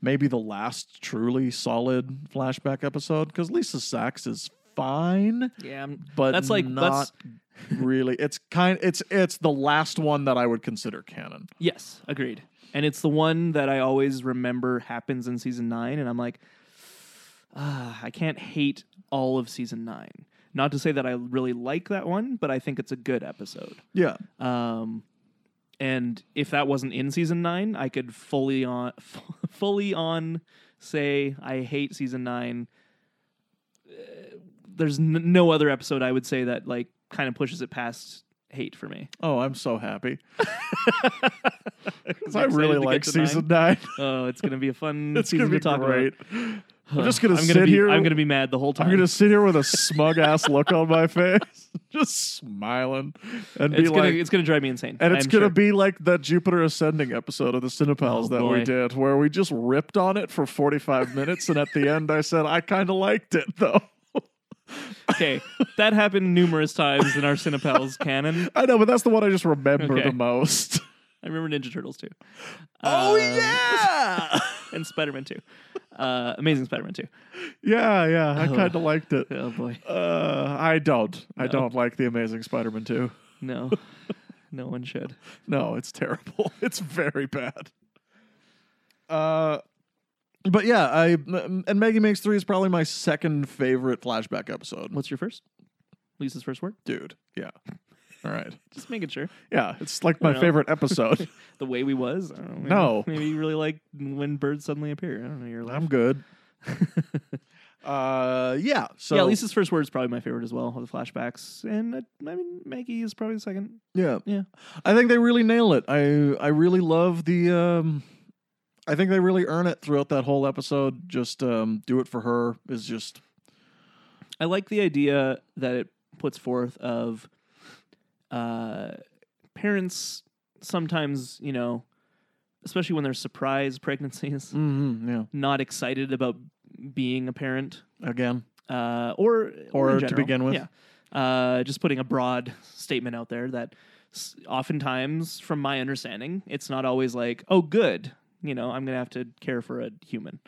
Maybe the last truly solid flashback episode because Lisa Sachs is fine, Yeah. I'm- but That's like- not that's- really. It's kind. It's it's the last one that I would consider canon. Yes, agreed. And it's the one that I always remember happens in season nine, and I'm like, ah, I can't hate all of season nine. Not to say that I really like that one, but I think it's a good episode. Yeah, Um, and if that wasn't in season nine, I could fully on fully on say I hate season nine. Uh, There's n- no other episode I would say that like kind of pushes it past hate for me. Oh, I'm so happy. 'Cause I'm I excited really to get like to nine. season nine. Oh, it's gonna be a fun It's season gonna be to talk great. about. I'm just gonna I'm sit gonna be, here. I'm gonna be mad the whole time. I'm gonna sit here with a smug ass look on my face, just smiling, and be it's gonna like, it's gonna drive me insane. and it's I'm gonna sure. be like that Jupiter Ascending episode of the Cinepals Oh, that we boy. did, where we just ripped on it for 45 minutes, and at the end, I said I kind of liked it though. okay. That happened numerous times in our Cinepals canon. I know, but that's the one I just remember Okay. the most. I remember Ninja Turtles too. oh Um, yeah, and Spider Man too. Uh, Amazing Spider Man too. yeah, yeah. I Oh. kind of liked it. Oh boy, Uh, I don't. I No. don't like the Amazing Spider-Man 2. no, no one should. No, it's terrible. It's very bad. Uh, but yeah, I m- and Maggie Makes Three is probably my second favorite flashback episode. What's your first? Lisa's first word. Dude, yeah. All right, Just making sure. yeah. It's like my know. favorite episode. The way we was. I don't No. know, Maybe you really like when birds suddenly appear. I don't know. You're like. I'm good. uh, yeah. So yeah, Lisa's first word is probably my favorite as well. All the flashbacks, and uh, I mean Maggie is probably the second. yeah, Yeah. I think they really nail it. I I really love the um I think they really earn it throughout that whole episode. Just um do it for her is just I like the idea that it puts forth of uh, parents sometimes, you know, especially when there's surprise pregnancies, mm-hmm, yeah. not excited about being a parent Again. uh, or Or in to general. begin with. yeah. Uh, just putting a broad statement out there that s- oftentimes, from my understanding, it's not always like, oh, good, you know, I'm gonna have to care for a human.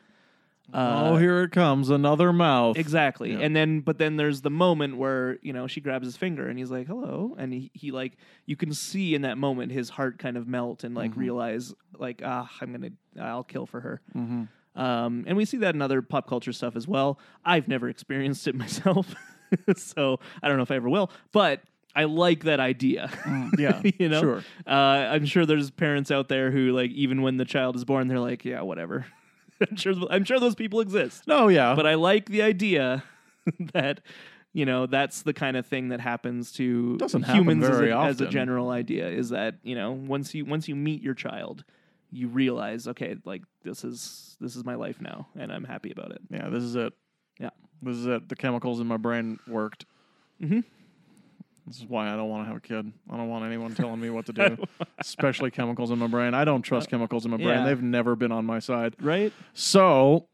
Uh, oh, here it comes, another mouth. Exactly. Yeah. And then, but then there's the moment where, you know, she grabs his finger and he's like, hello. And he, he like, you can see in that moment his heart kind of melt and like Mhm. realize, like, ah, I'm going to, I'll kill for her. Mhm. Um, and we see that in other pop culture stuff as well. I've never experienced it myself. so I don't know if I ever will, but I like that idea. Mm, yeah. you know? Sure. Uh, I'm sure there's parents out there who, like, even when the child is born, they're like, yeah, whatever. I'm sure, I'm sure those people exist No, Oh, yeah. but I like the idea that you know that's the kind of thing that happens to Doesn't happen humans as, very a, as a often. general idea is that you know once you once you meet your child you realize, okay, like this is this is my life now, and I'm happy about it. Yeah, this is it. Yeah. This is it. The chemicals in my brain worked. Mm-hmm. This is why I don't want to have a kid. I don't want anyone telling me what to do, especially chemicals in my brain. I don't trust chemicals in my brain. Uh, Yeah. They've never been on my side. Right, So,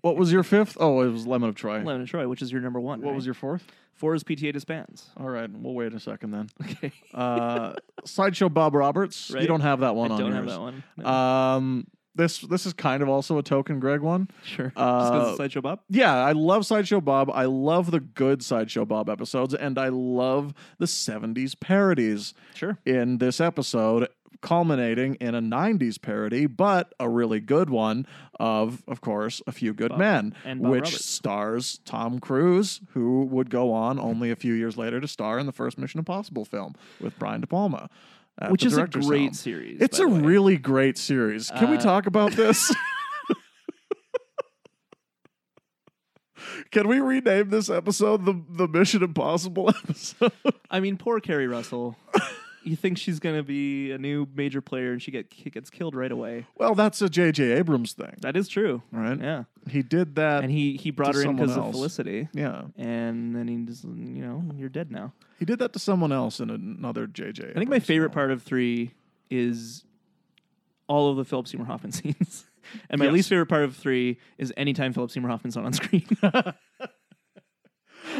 what was your fifth? Oh, it was Lemon of Troy. Lemon and Troy, which is your number one. What was your fourth? four? Is PTA disbands? All right, we'll wait a second then. Okay, Uh, Sideshow Bob Roberts. You Right. don't have that I one on don't yours. have that one. No. Um, this this is kind of also a token Greg one. sure, Just 'cause uh, it's sideshow Bob. Yeah, I love Sideshow Bob. I love the good Sideshow Bob episodes, and I love the '70s parodies Sure, in this episode, culminating in a '90s parody, but a really good one of, of course, A Few Good Bob- Men, and Bob which Roberts. stars Tom Cruise, who would go on only a few years later to star in the first Mission Impossible film with Brian De Palma, at which the is a director's great helm. series. It's by a the way. really great series. Can we Uh, talk about this? Can we rename this episode the the Mission Impossible episode? I mean, poor Carrie Russell. you think she's gonna be a new major player, and she get ki- gets killed right away. well, that's a J.J. Abrams thing, That is true. right? Yeah, He did that. and he he brought to her in someone because of else. Felicity, yeah, and then he just you know you're dead now. he did that to someone else in another J.J. I think my favorite part of three is all of the Philip Seymour Hoffman scenes. And my Yes. least favorite part of three is anytime Philip Seymour Hoffman's not on screen.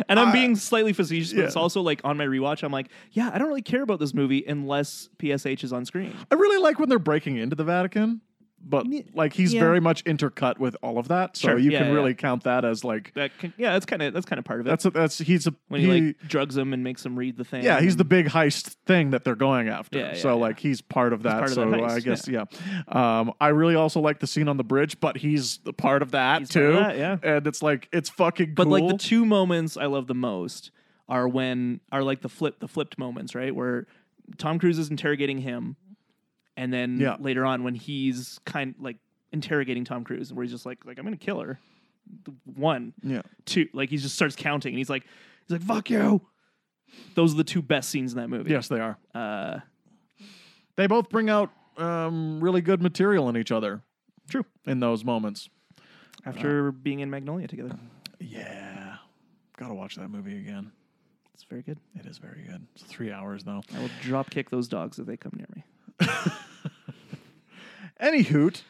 and I'm I- being slightly facetious, but it's Yeah. also like on my rewatch, I'm like, yeah, I don't really care about this movie unless PSH is on screen. I really like when they're breaking into the Vatican, but Ye- like he's yeah. very much intercut with all of that, so Sure. you Yeah, can yeah, really yeah. count that as like That can, yeah, that's kind of that's kind of part of it. that's a, that's he's a when he, like drugs him and makes him read the thing. Yeah, he's and- the big heist thing that they're going after. Yeah, yeah, so yeah. like he's part of that. part of so that heist, I guess yeah. Um, I really also like the scene on the bridge, but he's a part of that He's part too. of that, yeah. and it's like it's fucking But cool. like the two moments I love the most are when are like the flip the flipped moments, right? Where Tom Cruise is interrogating him, and then Yeah. later on when he's kind like interrogating Tom Cruise, and where he's just like like I'm gonna kill her. One, yeah, two, like he just starts counting, and he's like he's like fuck you. Those are the two best scenes in that movie. yes, they are. Uh, They both bring out um, really good material in each other. True. In those moments. after being in Magnolia together, Yeah, gotta watch that movie again. it's very good. It is very good. It's three hours though. I will drop kick those dogs if they come near me. Any hoot.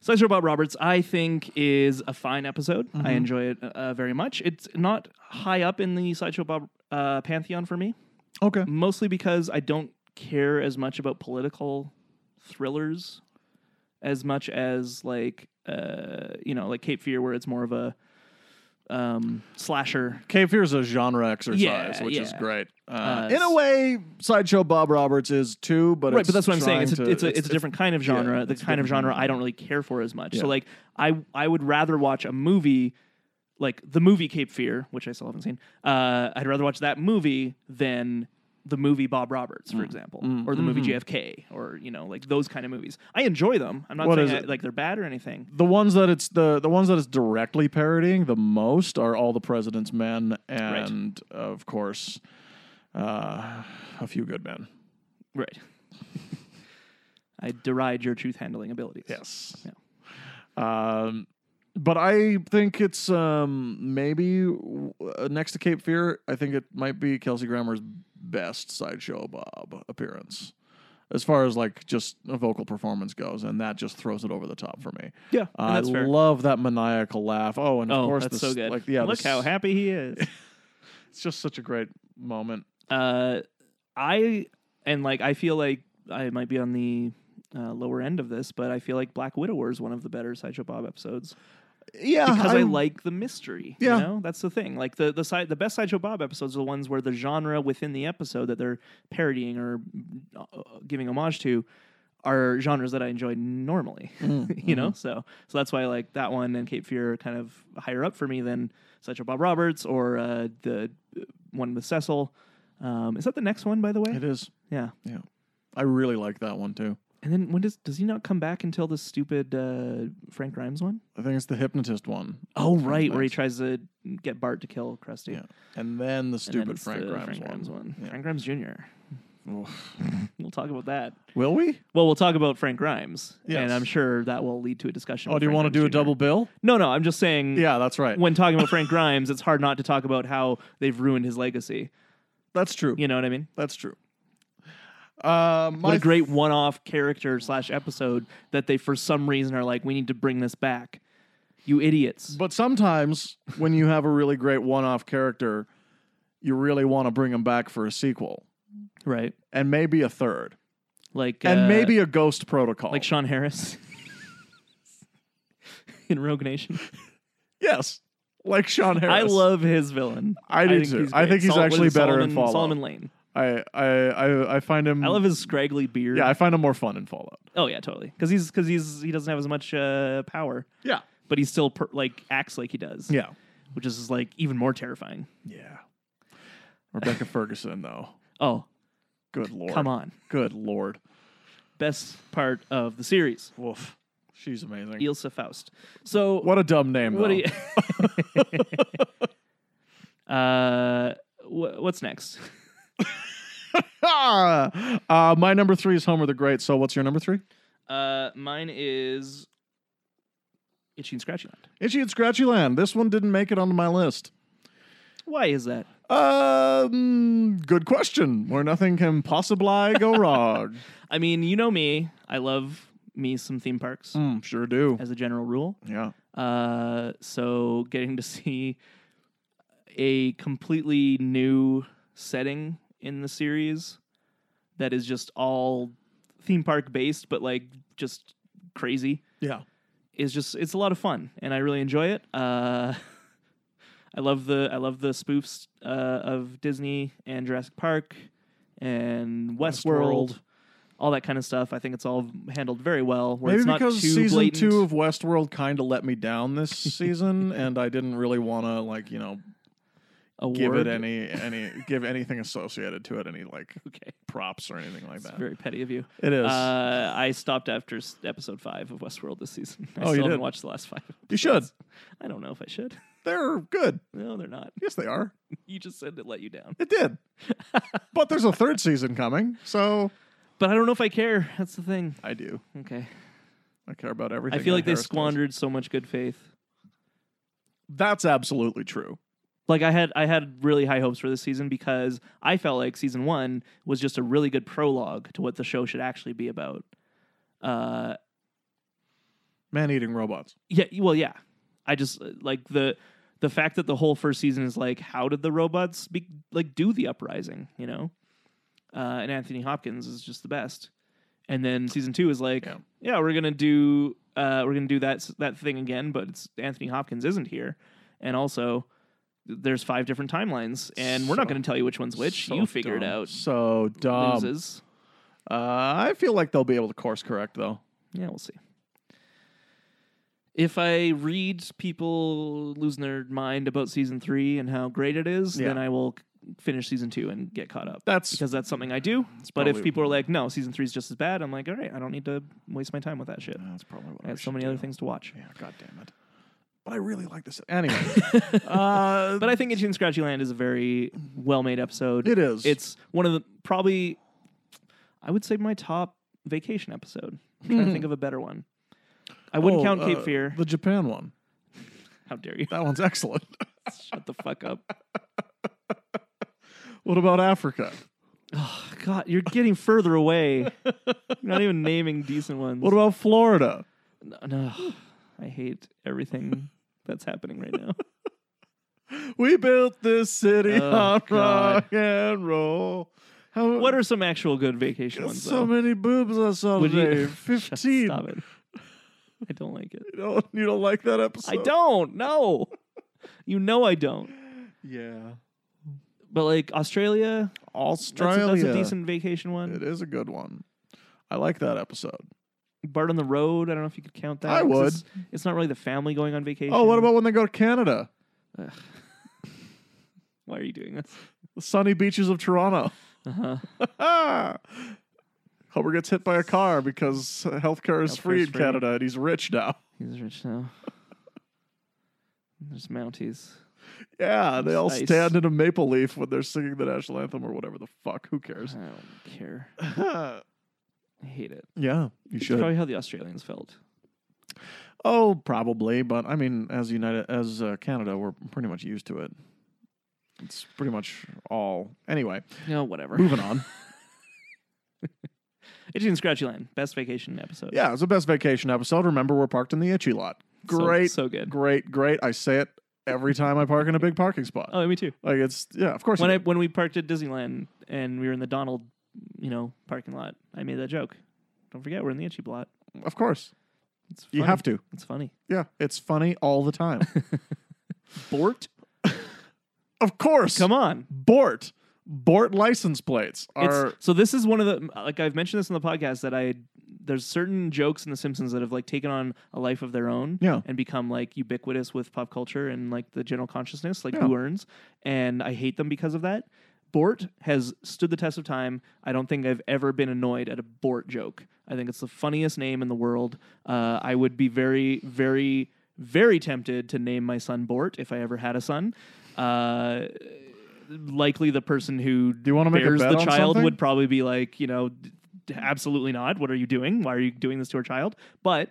Sideshow Bob Roberts, I think, is a fine episode. I enjoy it uh, very much. It's not high up in the Sideshow Bob uh, pantheon for me, Okay. mostly because I don't care as much about political thrillers as much as like uh, you know, like Cape Fear, where it's more of a um, slasher. Cave Fear is a genre exercise, Yeah, which is yeah. great. Uh, Uh, in a way, Sideshow Bob Roberts is too, but right, it's but that's what I'm trying saying. It's a, to- it's, a, it's, a different kind of genre, the it's a kind of different genre kind of I don't really care for as much. Yeah. So like I I would rather watch a movie like the movie Cape Fear, which I still haven't seen. Uh, I'd rather watch that movie than the movie Bob Roberts, Mm. for example, or the movie Mm-hmm. JFK, or you know, like those kind of movies. I enjoy them. I'm not What saying is I, it? like they're bad or anything. the ones that it's the the ones that it's directly parodying the most are all the president's men and of course uh, a few good men Right. I deride your truth handling abilities. yes Yeah. um but I think it's um, maybe uh, next to Cape Fear. I think it might be Kelsey Grammer's best sideshow Bob appearance, as far as like just a vocal performance goes, and that just throws it over the top for me. Yeah, and I that's fair. love that maniacal laugh. Oh, and of oh, course, that's this, so good. Like, yeah, look this- how happy he is. It's just such a great moment. uh, I and like I feel like I might be on the uh, lower end of this, but I feel like Black Widower is one of the better Sideshow Bob episodes Yeah, because i like the mystery. Uh-huh. Yeah. you know? that's the thing. Like the the side the best Sideshow Bob episodes are the ones where the genre within the episode that they're parodying or uh, giving homage to are genres that I enjoy normally. you know, so so that's why like that one and Cape Fear are kind of higher up for me than Sideshow Bob Roberts or uh, the uh, one with Cecil. Um, is that the next one, by the way? it is. Yeah. Yeah, I really like that one too. And then when does does he not come back until the stupid uh, Frank Grimes one? I think it's the hypnotist one. Oh right, where he tries to get Bart to kill Krusty. Yeah, and then the And then stupid it's Frank the Grimes Frank one. Grimes one. Yeah. Frank Grimes Jr. We'll talk about that. Will we? Well, we'll talk about Frank Grimes, Yes. and I'm sure that will lead to a discussion. Oh, with do you Frank want to Grimes do a Jr.. double bill? No, no. I'm just saying. Yeah, that's right. When talking about Frank Grimes, it's hard not to talk about how they've ruined his legacy. That's true. You know what I mean? That's true. Uh, what my a great one-off character slash episode that they for some reason are like, we need to bring this back. You idiots! But sometimes when you have a really great one off character, you really want to bring them back for a sequel Right? and maybe a third Like uh, and maybe a ghost protocol. like Sean Harris in Rogue Nation. yes, like Sean Harris. I love his villain. I do too. I great. think he's Sol- actually was it better in Solomon, Fallout. Solomon Lane. I, I, I, I find him. I love his scraggly beard. Yeah, I find him more fun in Fallout. Oh yeah, totally. Because he's because he's he doesn't have as much uh, power, Yeah. but he still per- like acts like he does, Yeah. which is like even more terrifying. Yeah. Rebecca Ferguson, though. Oh Good lord. come on, Good lord. best part of the series, Woof. She's amazing. Ilsa Faust. So What a dumb name, what though. do you? uh, wh- what's next? Ah! uh, my number three is Homer the Great. So, what's your number three? Uh, mine is Itchy and Scratchy Land. Itchy and Scratchy Land. This one didn't make it onto my list. Why is that? Um, good question. Where nothing can possibly go wrong. I mean, you know me. I love me some theme parks Mm, sure do. as a general rule. Yeah. Uh, so getting to see a completely new setting in the series that is just all theme park based, but like just crazy Yeah. is just it's a lot of fun, and I really enjoy it. Uh, I love the I love the spoofs uh, of Disney and Jurassic Park and Westworld. Westworld. All that kind of stuff. I think it's all handled very well. Where Maybe it's not because too season blatant. two of Westworld kind of let me down this season, and I didn't really want to like you know give it award. any any give anything associated to it any like Okay, props or anything like it's that. very petty of you. It is. Uh, I stopped after s- episode five of Westworld this season. Oh, I still you haven't did? watched the last five. you should. I don't know if I should. They're good. No, they're not. Yes, they are. You just said it let you down. It did. but there's a third season coming, so But I don't know if I care. That's the thing. I do. Okay. I care about everything. I feel that like they Harris does. squandered so much good faith. That's absolutely true. Like I had I had really high hopes for this season because I felt like season one was just a really good prologue to what the show should actually be about. Uh, Man eating robots. yeah, well, yeah. I just uh, like the the fact that the whole first season is like, how did the robots be, like do the uprising? You know, uh, and Anthony Hopkins is just the best. And then season two is like, Yeah. yeah, we're gonna do uh, we're gonna do that that thing again, but it's Anthony Hopkins isn't here, and also there's five different timelines, and we're not So- gonna tell you which one's which. So you figure dumb. Um, it out. So dumb. Loses. Uh, I feel like they'll be able to course correct though. Yeah, we'll see. If I read people losing their mind about season three and how great it is, Yeah. then I will c- finish season two and get caught up That's because that's something I do. But if probably- people are like, "No, season three is just as bad," I'm like, "All right, I don't need to waste my time with that shit. that's probably what I I have so should many do. other things to watch." Oh, Yeah, god damn it. But I really like this. Anyway. uh, But I think Itchy and Scratchy Land is a very well-made episode. it is. It's one of the probably, I would say, my top vacation episode. I'm trying to think of a better one. I wouldn't Hmm. Oh, count Cape uh, Fear. The Japan one. How dare you? That one's excellent. Shut the fuck up. what about Africa? Oh, God, you're getting further away. you're not even naming decent ones. What about Florida? no, no. I hate everything that's happening right now. We built this city Oh, on God. rock and roll. How, What are some actual good vacation ones, so though? many boobs I saw Would you- today. Shut- Fifteen. Stop it. I don't like it. You don't, you don't like that episode? I don't. No. You know I don't. Yeah. But, like, Australia, that's a, Australia. that's a decent vacation It one. is a good one. I like that episode. Bart on the Road, I don't know if you could count that. I 'cause would. It's, it's not really the family going on vacation. Oh, what about when they go to Canada? Why are you doing this? The sunny beaches of Toronto. Uh-huh. Homer gets hit by a car because healthcare is Healthcare's free in free. Canada and he's rich now. He's rich now. There's Mounties. Yeah, they all Nice. stand in a maple leaf when they're singing the national anthem or whatever the fuck. Who I cares? don't care. I hate it. yeah, you It's should. probably how the Australians felt. oh, probably, but I mean, as United, as uh, Canada, we're pretty much used to it. It's pretty much all. Anyway, No, whatever. moving on. Itchy and Scratchy Land, best vacation episode. Yeah, it's the best vacation episode. Remember, we're parked in the itchy lot. So- Great, so, good. great, great. I say it every time I park in a big parking spot. Oh, me too. Like it's yeah, of course. When you I when we parked at Disneyland and we were in the Donald, you know, parking lot, I made that joke. Don't forget, we're in the Itchy Blot. do. of course, It's you funny. have to. It's funny. Yeah, it's funny all the time. Bort, of course, come on. Bort, Bort license plates are It's, so this is one of the like I've mentioned this in the podcast that I there's certain jokes in The Simpsons that have like taken on a life of their own Yeah. and become like ubiquitous with pop culture and like the general consciousness, like Yeah. who earns, and I hate them because of that. Bort has stood the test of time. I don't think I've ever been annoyed at a Bort joke. I think it's the funniest name in the world. Uh, I would be very, very, very tempted to name my son Bort if I ever had a son. Uh, likely the person who you wanna make a bears bet the on child something? would probably be like, you know, d- d- absolutely not. What are you doing? Why are you doing this to our child? But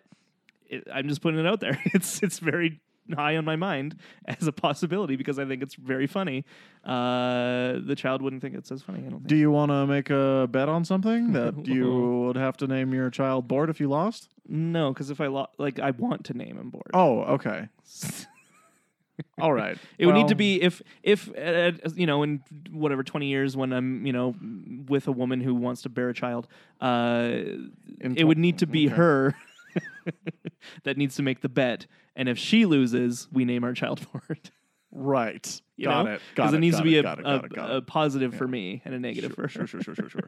it, I'm just putting it out there. It's it's very high on my mind as a possibility because I think it's very funny. Uh, the child wouldn't think it's as funny. I don't Do think. you want to make a bet on something that you would have to name your child Bort if you lost? no, because if I lo- like, I want to name him Bort. Oh, okay. All right. It would need to Well, be if if uh, you know in whatever twenty years when I'm you know with a woman who wants to bear a child, uh, In it tw- would need to be okay. her that needs to make the bet, and if she loses, we name our child for it. right. You got know? it. Got Because it needs got to be a, got it, a, got it, got a it. positive for me and a negative for her. Sure, sure, sure, sure, sure.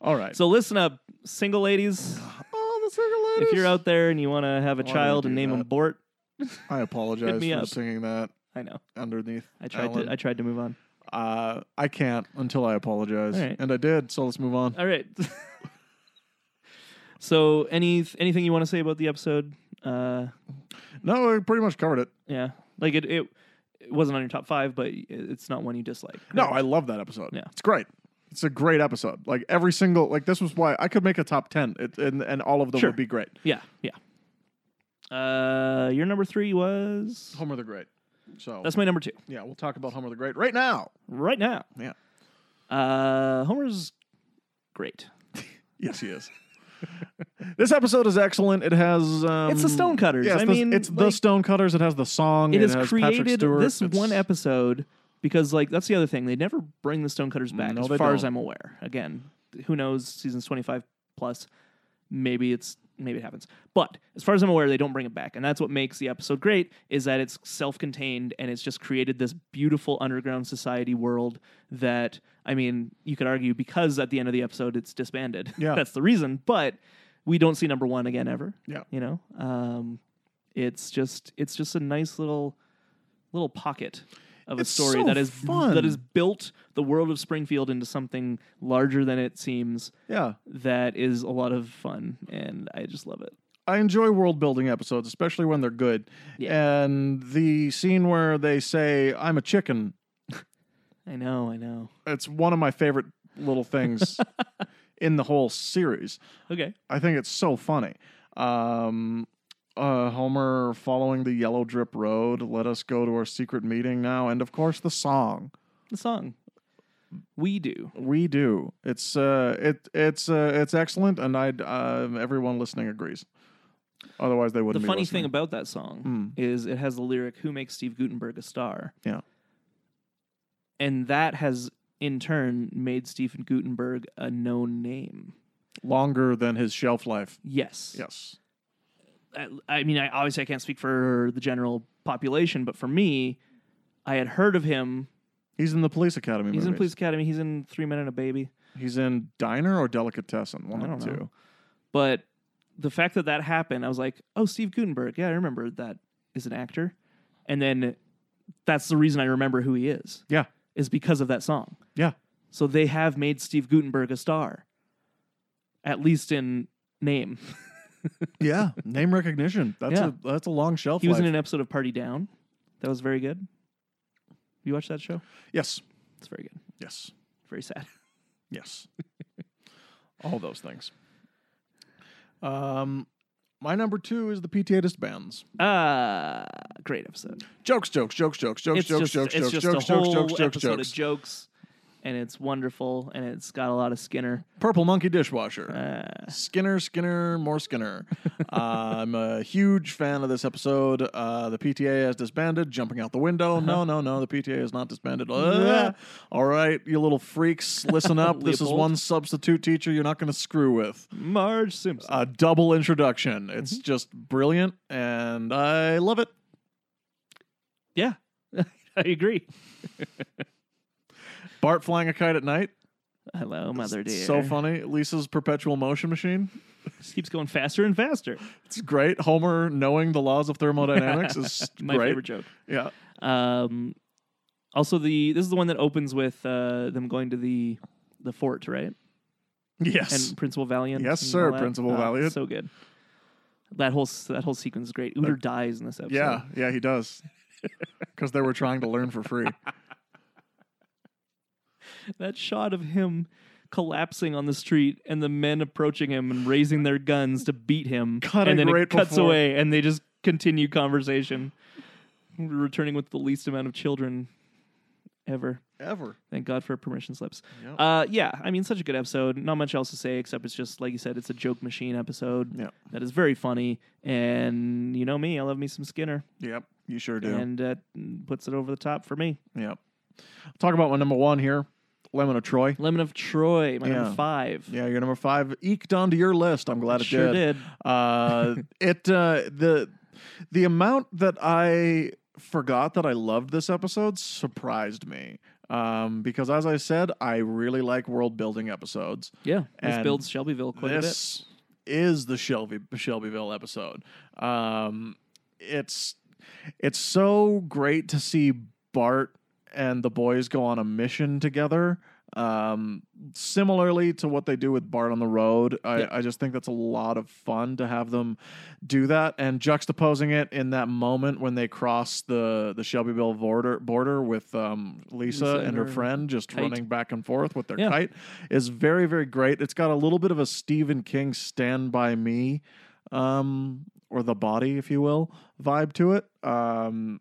All right. So listen up, single ladies. oh, the single If you're out there and you want to have a Why do we child and do name him that? Bort, I apologize me for up. singing that I know. underneath. I tried Alan. to. I tried to move on. uh, I can't until I apologize, All right. Uh, and I did. So let's move on. All right. so any anything you want to say about the episode? Uh, No, we pretty much covered it. yeah, like it, it it wasn't on your top five, but it- it's not one you dislike. No, I love that episode. Yeah. It's great. It's a great episode. Like every single like this was why I could make a top ten, it, and and all of them Sure. would be great. Yeah, yeah. Uh, your number three was Homer the Great. So that's my number two yeah, we'll talk about Homer the Great right now. right now. Yeah. Uh, Homer's great. Yes, he is. this episode is excellent. It has um, It's the Stonecutters. Yeah, it's I the, mean, it's the like- Stonecutters. It has the song. It It, has has Patrick created Stewart. this It's- one episode because like that's the other thing they never bring the stonecutters back No, as they far as don't. i'm aware again who knows seasons 25 plus maybe it's maybe it happens but as far as i'm aware they don't bring it back and that's what makes the episode great is that it's self-contained and it's just created this beautiful underground society world that i mean you could argue because at the end of the episode it's disbanded Yeah. that's the reason but we don't see number one again ever Yeah. you know um it's just it's just a nice little little pocket of It's a story so that is fun. that has built the world of Springfield into something larger than it seems. Yeah, That is a lot of fun, and I just love it. I enjoy world building episodes, especially when they're good. And the scene where they say, "I'm a chicken," I know, I know. it's one of my favorite little things in the whole series. Okay, I think it's so funny. Um, uh, Homer following the yellow drip road. Let us go to our secret meeting now, and of course the song the song we do. we do. It's uh, it it's uh, it's excellent, and I um everyone listening agrees. Otherwise, they The wouldn't. be funny listening. thing about that song Mm. is it has the lyric "Who makes Steve Gutenberg a star?" Yeah. and that has in turn made Stephen Gutenberg a known name. longer than his shelf life. Yes. Yes. I- I mean, I obviously I can't speak for the general population, but for me, I had heard of him. He's in the police academy. He's movies. in Police Academy. He's in Three Men and a Baby. He's in Diner or Delicatessen. One I of don't the know. two. But the fact that that happened, I was like, oh, Steve Gutenberg. Yeah, I remember that is an actor. And then that's the reason I remember who he is. Yeah. Is because of that song. Yeah. So they have made Steve Gutenberg a star, at least in name. Yeah. Name recognition. That's Yeah. a that's a long shelf He was life. in an episode of Party Down. That was very good. You watch that show? Yes. It's very good. Yes. Very sad. Yes. All those things. Um, my number two is the PTA disbands. Uh great episode. Jokes, jokes, jokes, jokes, jokes, it's jokes, just, jokes, it's jokes, just jokes, a jokes, whole jokes, jokes, episode jokes. of jokes, and it's wonderful, and it's got a lot of Skinner. Purple monkey dishwasher. Uh, Skinner, Skinner, more Skinner. Uh, I'm a huge fan of this episode. Uh, the PTA has disbanded, jumping out the window. Uh-huh. No, no, no, the PTA is not disbanded. Ah. All right, you little freaks, listen up. this is Leopold. one substitute teacher you're not going to screw with. Marge Simpson. A double introduction. It's Mm-hmm. just brilliant, and I love it. yeah, I agree. Bart flying a kite at night. Hello, mother dear. So funny. Lisa's perpetual motion machine. Just keeps going faster and faster. It's great. Homer knowing the laws of thermodynamics is My great. favorite joke. Yeah. Um, also, the this is the one that opens with uh, them going to the the fort, right? Yes. And Principal Valiant. Yes, and sir, all that. Principal Oh, Valiant. So good. That whole s- that whole sequence is great. Uter dies in this episode. yeah. Yeah, he does. Because they were trying to learn for free. that shot of him collapsing on the street and the men approaching him and raising their guns to beat him Cut and it then right it cuts before- away and they just continue conversation returning with the least amount of children ever Ever. thank god for permission slips Yep. uh yeah i mean such a good episode not much else to say except it's just like you said it's a joke machine episode Yep. that is very funny and you know me i love me some skinner Yep. You sure do. and uh, puts it over the top for me yep. Talk about my number one here Lemon of Troy. lemon of troy my Yeah. number five Yeah, your number five eked onto your list. I'm glad it sure did. did Uh, it uh, the the amount that I forgot that I loved this episode surprised me. Um, because as I said, I really like world building episodes. Yeah, this And builds Shelbyville quite this is the Shelby Shelbyville episode. Um, it's it's so great to see Bart and the boys go on a mission together. Um, similarly to what they do with Bart on the road, I, Yeah. I just think that's a lot of fun to have them do that and juxtaposing it in that moment when they cross the the Shelbyville border border with um, Lisa, Lisa and her friend just kite. running back and forth with their Yeah. kite is very very great. It's got a little bit of a Stephen King Stand by Me um or the body if you will vibe to it. Um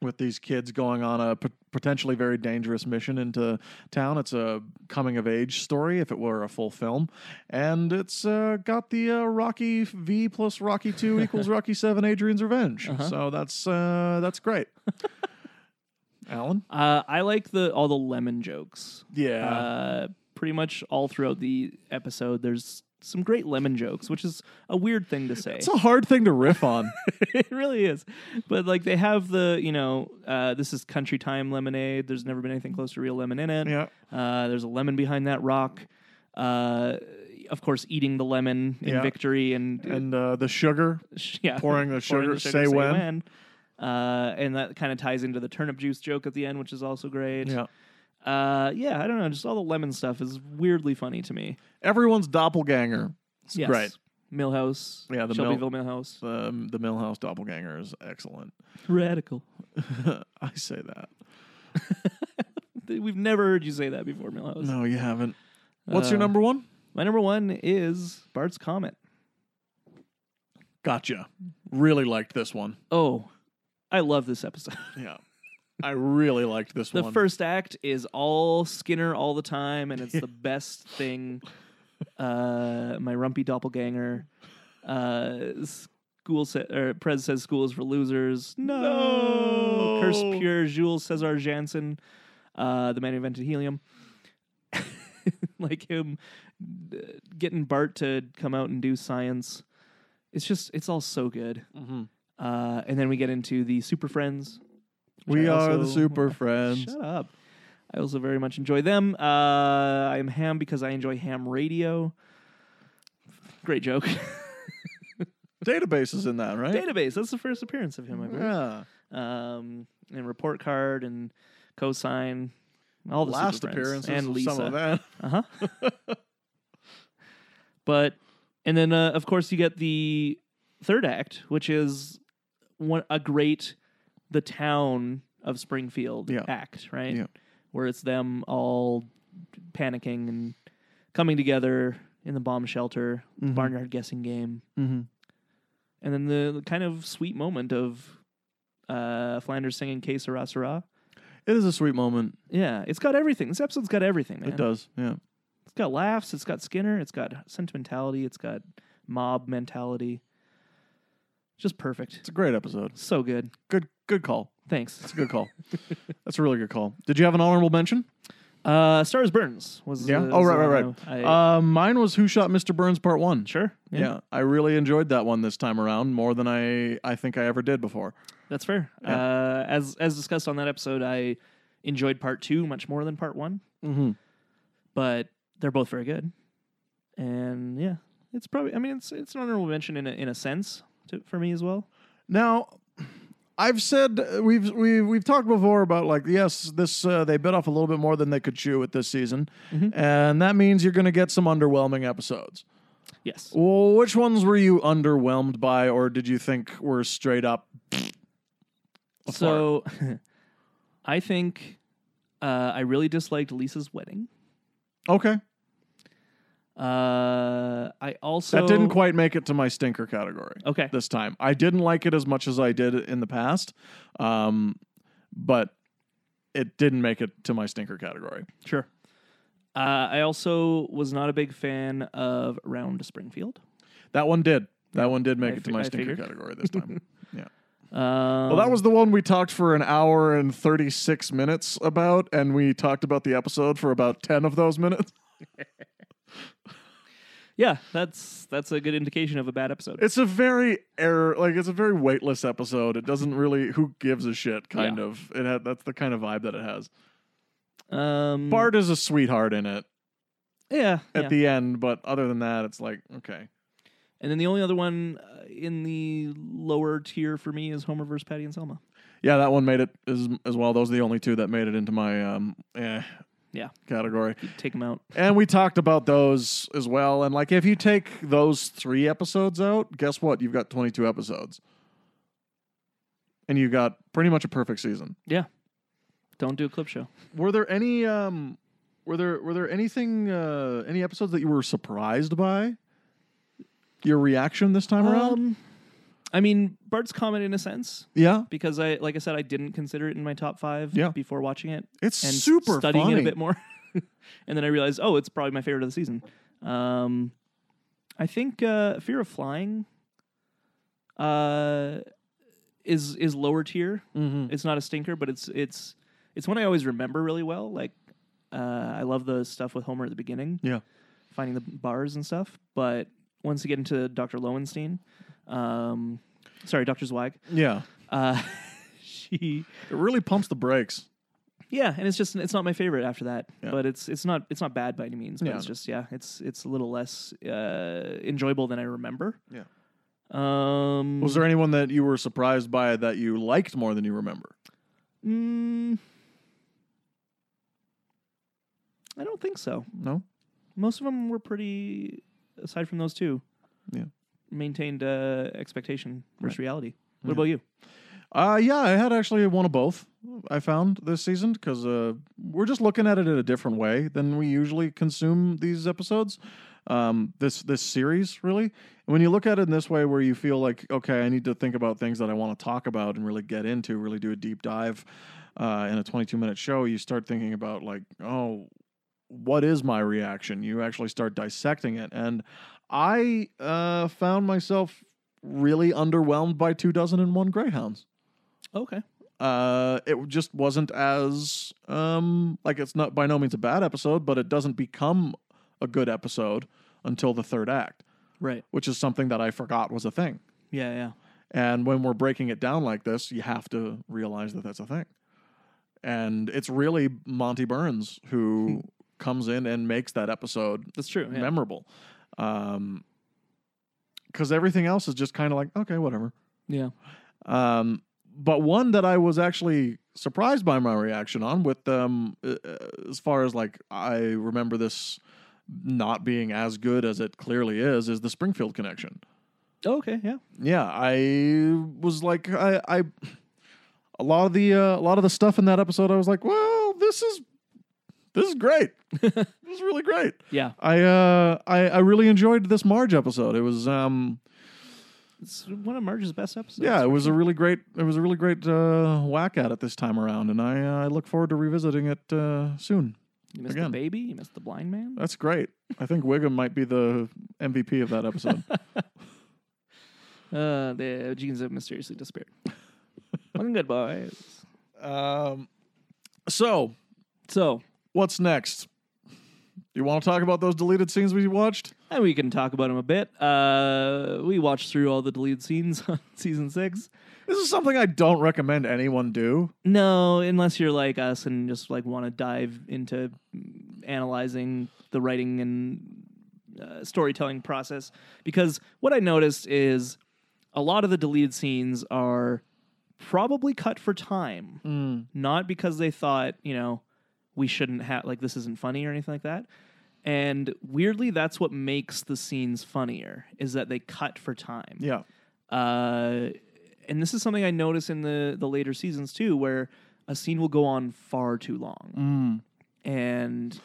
with these kids going on a pot- potentially very dangerous mission into town. It's a coming of age story if it were a full film. And it's uh, got the uh, Rocky V plus Rocky 2 equals Rocky 7 Adrian's Revenge. Uh-huh. So that's uh, that's great. Alan? a bit. Uh, I like the all the lemon jokes. Uh, pretty much all throughout the episode, there's some great lemon jokes, which is a weird thing to say. it's a hard thing to riff on. it really is, but like they have the you know uh, this is country time lemonade. There's never been anything close to real lemon in it. yeah. Uh, there's a lemon behind that rock. Uh, of course, eating the lemon in Yeah. victory and And uh, the sugar. yeah, Pouring the sugar, say when. Uh, and that kind of ties into the turnip juice joke at the end, which is also great. Yeah. Uh, yeah, I don't know. Just all the lemon stuff is weirdly funny to me. Everyone's doppelganger. It's yes. great. Millhouse. Yeah, the Shelbyville Millhouse. Um, the Millhouse doppelganger is excellent. Radical. I say that. Th- We've never heard you say that before, Millhouse. No, you haven't. What's your Uh, number one? My number one is Bart's Comet. Gotcha. Really liked this one. Oh, I love this episode. Yeah. I really liked this the one. first act is all Skinner all the time, and it's the best thing. Uh, my rumpy doppelganger. Uh, school sa- or Prez says school is for losers. No, No. curse pure. Jules Cesar Jansen, uh, the man who invented helium. like him uh, getting Bart to come out and do science. It's just it's all so good. Mhm. Uh, and then we get into the Super Friends. which We I are the also- super friends. Shut up. I also very much enjoy them. Uh, I am ham because I enjoy ham radio. Great joke. Database is in that, right? Database. That's the first appearance of him, I believe. yeah. Um, and report card and cosine. All the Last Super Friends. appearances and of Lisa. some of that. Uh huh. but and then uh, of course you get the third act, which is one a great the town of Springfield Yeah. act, right? Yeah. Where it's them all panicking and coming together in the bomb shelter, Mhm. barnyard guessing game, Mm-hmm. and then the, the kind of sweet moment of uh, Flanders singing "K Sarah Sarah." It is a sweet moment. Yeah, it's got everything. This episode's got everything, man. It does. Yeah. It's got laughs. It's got Skinner. It's got sentimentality. It's got mob mentality. Just perfect. It's a great episode. So good. Good good call. Thanks. It's a good call. That's a really good call. Did you have an honorable mention? Uh, Stars Burns was Yeah? the- Oh, was right, the right, one I- I- Uh, mine was Who Shot Mr. Burns Part 1. sure. Yeah. I really enjoyed that one this time around more than I I think I ever did before. That's fair. Yeah. Uh, as as discussed on that episode, I enjoyed part two much more than part one, Mm-hmm. but they're both very good. And yeah, it's probably. I mean, it's it's an honorable mention in a, in a sense to, for me as well. Now, I've said uh, we've we've we've talked before about like yes, this uh, they bit off a little bit more than they could chew with this season, Mhm. and that means you're going to get some underwhelming episodes. Yes. Well, which ones were you underwhelmed by, or did you think were straight up? So, I think uh, I really disliked Lisa's wedding. Okay, Uh, I also that didn't quite make it to my stinker category Okay. this time. I didn't like it as much as I did in the past, um, but it didn't make it to my stinker category. Sure. Uh, I also was not a big fan of Round Springfield. That one did. That one did make I it to fi- my I stinker figured. category this time. yeah. Um, Well, that was the one we talked for an hour and 36 minutes about, and we talked about the episode for about 10 of those minutes. yeah. That's that's a good indication of a bad episode. It's a very error, like, it's a very weightless episode. It doesn't really, who gives a shit, kind Yeah. of. It had, That's the kind of vibe that it has. Um, Bart is a sweetheart in it Yeah. at yeah. the end, but other than that, it's like, okay. and then the only other one uh, in the lower tier for me is Homer versus Patty and Selma. Yeah, that one made it as, as well. Those are the only two that made it into my, um, eh, Yeah. category. Take them out. And we talked about those as well. And like, if you take those three episodes out, guess what? You've got 22 episodes. And you got pretty much a perfect season. Don't do a clip show. Were there any, um, were there, were there anything, uh, any episodes that you were surprised by? Your reaction this time around? Um, I mean, Bart's comment in a sense Yeah. because I, like I said, I didn't consider it in my top five Yeah. before watching it. It's and super studying funny. it a bit more. and then I realized, oh, it's probably my favorite of the season. Um, I think uh, Fear of Flying uh, is is lower tier. Mhm. It's not a stinker, but it's it's it's one I always remember really well. Like uh, I love the stuff with Homer at the beginning. Yeah. finding the bars and stuff. But once you get into Dr. Lowenstein, um, sorry, Dr. Zweig, Yeah. uh, she. It really pumps the brakes. Yeah, and it's just it's not my favorite after that, Yeah. but it's it's not it's not bad by any means. But Yeah. it's just yeah, it's it's a little less uh, enjoyable than I remember. Yeah. Um. Was there anyone that you were surprised by that you liked more than you remember? Mm, I don't think so. No. Most of them were pretty, aside from those two. Yeah. Maintained uh, expectation versus reality. What Yeah. about you? Uh, yeah, I had actually one of both. I found this season because uh, we're just looking at it in a different way than we usually consume these episodes. Um, this this series really. And when you look at it in this way, where you feel like, okay, I need to think about things that I want to talk about and really get into, really do a deep dive uh, in a 22 minute show. You start thinking about like, oh, what is my reaction? You actually start dissecting it, and I uh, found myself really underwhelmed by two dozen and one greyhounds Okay. uh it just wasn't as um like it's not by no means a bad episode but it doesn't become a good episode until the third act Right. which is something that i forgot was a thing Yeah. Yeah. and when we're breaking it down like this you have to realize that that's a thing and it's really monty burns who comes in and makes that episode That's true. Yeah. memorable um because everything else is just kind of like okay whatever yeah. um, but one that I was actually surprised by my reaction on with um, uh, uh, as far as like I remember this not being as good as it clearly is is the Springfield connection. Oh, okay. Yeah. Yeah, I was like I I a lot of the uh, a lot of the stuff in that episode, I was like, well, this is this is great. this is really great. Yeah, I uh I, I really enjoyed this Marge episode. It was um it's one of Marge's best episodes. yeah, it was a really great it was a really great uh, whack at it this time around, and I uh, I look forward to revisiting it uh, soon. you missed again. Uh, the baby, you missed the blind man. That's great. I think Wiggum might be the MVP of that episode. Uh, the genes have mysteriously disappeared. Looking good, boys. um, so So, what's next? You want to talk about those deleted scenes we watched? and we can talk about them a bit. Uh, we watched through all the deleted scenes on season six. This is something I don't recommend anyone do. No, unless you're like us and just like want to dive into analyzing the writing and uh, storytelling process. Because what I noticed is a lot of the deleted scenes are probably cut for time, not because they thought, you know, we shouldn't have, like, this isn't funny or anything like that. And weirdly, that's what makes the scenes funnier is that they cut for time Yeah. uh, and this is something I notice in the the later seasons too, where a scene will go on far too long, Mm. and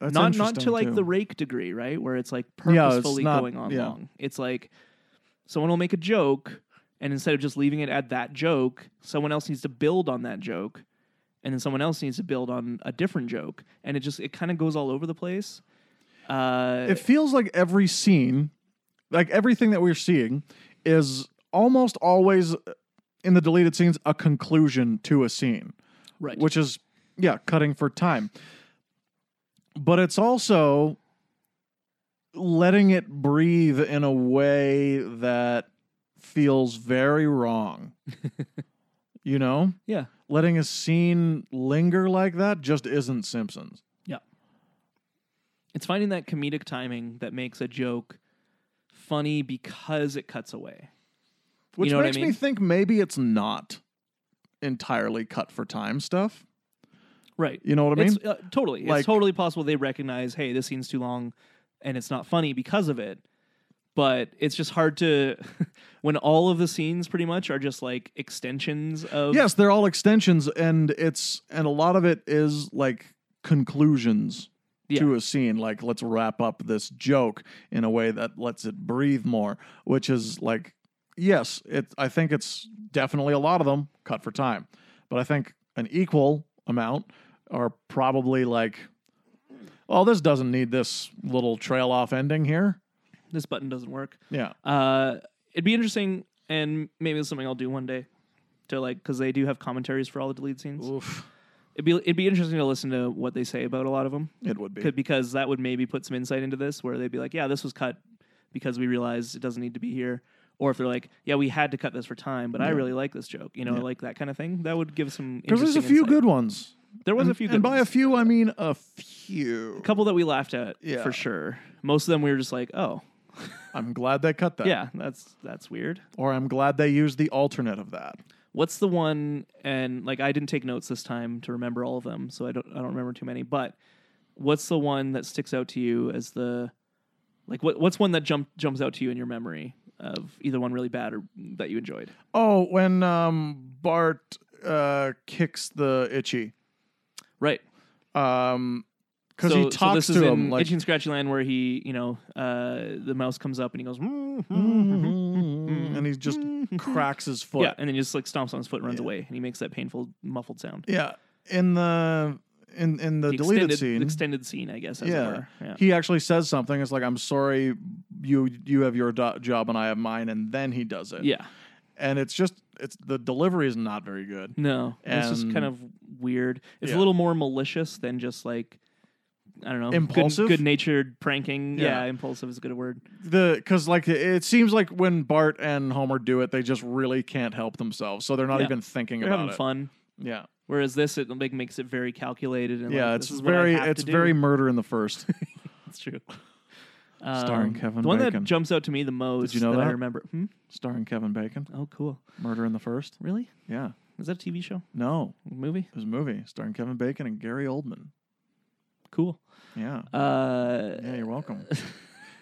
That's not not to interesting, like too. the rake degree, right? Where it's like Yeah, it's purposefully not- going on yeah. long. It's like someone will make a joke, and instead of just leaving it at that joke, someone else needs to build on that joke, and then someone else needs to build on a different joke, and it just it kind of goes all over the place. Uh, it feels like every scene, like everything that we're seeing, is almost always in the deleted scenes a conclusion to a scene, right, which is yeah, cutting for time. But it's also letting it breathe in a way that feels very wrong. you know? yeah, letting a scene linger like that just isn't Simpsons. It's finding that comedic timing that makes a joke funny because it cuts away. Which know what I makes me mean? think maybe it's not entirely cut for time stuff. Right. You know what I mean? it's, uh, totally. Like- it's totally possible they recognize, hey, this scene's too long and it's not funny because of it. But it's just hard to when all of the scenes pretty much are just like extensions of yes, they're all extensions and it's and a lot of it is like conclusions to a scene like let's wrap up this joke in a way that lets it breathe more, which is like yes, it I think it's definitely a lot of them cut for time. But I think an equal amount are probably like well, this doesn't need this little trail off ending here. this button doesn't work. Yeah. Uh, it'd be interesting and maybe it's something I'll do one day to like because they do have commentaries for all the deleted scenes. Oof. It'd be it'd be interesting to listen to what they say about a lot of them. It would be. Could- because that would maybe put some insight into this where they'd be like, yeah, this was cut because we realized it doesn't need to be here. Or if they're like, yeah, we had to cut this for time, but I really like this joke, you know, Yeah. like that kind of thing. That would give some Because there's a few insight. good ones. There was and, a few good And by a ones. few, I mean a few. a couple that we laughed at Yeah. for sure. Most of them we were just like, oh, I'm glad they cut that. yeah, that's that's weird. Or I'm glad they used the alternate of that. What's the one? And like, I didn't take notes this time to remember all of them, so I don't I don't remember too many. But what's the one that sticks out to you as the like? What what's one that jump jumps out to you in your memory of either one really bad or that you enjoyed? Oh, when um, Bart uh, kicks the itchy. Right, Because he talks so this to is him in like. Itchy and Scratchy Land, where he you know uh, the mouse comes up and he goes, "Mm, Mm-hmm. mm, mm, "Mhm," and he just cracks his foot. yeah, and then he just like stomps on his foot and runs Yeah. away, and he makes that painful muffled sound. Yeah. In the in in the, The deleted extended, scene, the extended scene, I guess. As Yeah. it were. yeah. he actually says something. It's like, "I'm sorry, you you have your do- job and I have mine," and then he does it. yeah. And it's just it's the delivery is not very good. No, it's just kind And- of weird. It's Yeah. a little more malicious than just like I don't know, Impulsive? good natured pranking. Yeah. Yeah. impulsive is a good word. the because like it seems like when Bart and Homer do it, they just really can't help themselves, so they're not Yeah. even thinking They're about having it. fun. Yeah, Whereas this, it like makes it very calculated and yeah, like, it's this is very What I have it's to do. very murder in the first. It's true. Starring Um, Kevin The one that Bacon. jumps out to me the most. you know I that? remember. Hmm? starring Kevin Bacon, Oh, cool. murder in the first. Really? Yeah, Is that a TV show? no, Movie? it was a movie starring Kevin Bacon and Gary Oldman. Cool. Yeah, Uh, yeah, you're welcome.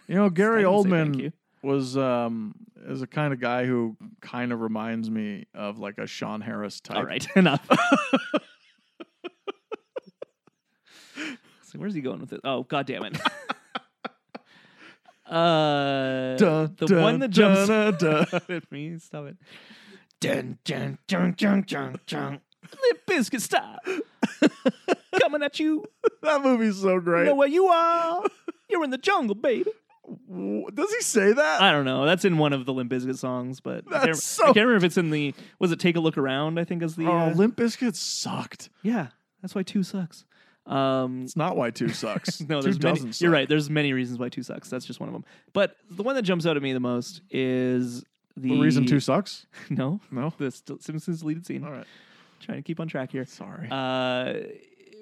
you know Gary I didn't say thank Oldman you. was um is a kind of guy who kind of reminds me of like a Sean Harris type. All right, enough. so where's he going with it? Oh, god damn it. uh Dun, the dun, one that jumps dun, dun, dun. out at me. Stop it. Dun dun dun dun dun dun. Lip biscuit style. Coming at you. that movie's so great. Know where you are. You're in the jungle, baby. W- Does he say that? I don't know. That's in one of the Limp Bizkit songs, but I, can't, That's so- I can't remember if it's in the. Was it "Take a Look Around"? I think is the. oh, uh, Limp Bizkit sucked. yeah, that's why two sucks. Um, It's not why two sucks. no, two there's many. doesn't. You're suck. right. There's many reasons why two sucks. That's just one of them. But the one that jumps out at me the most is the, The reason two sucks? No, No. the St- Simpsons deleted scene. All right. Trying to keep on track here. Sorry. Uh,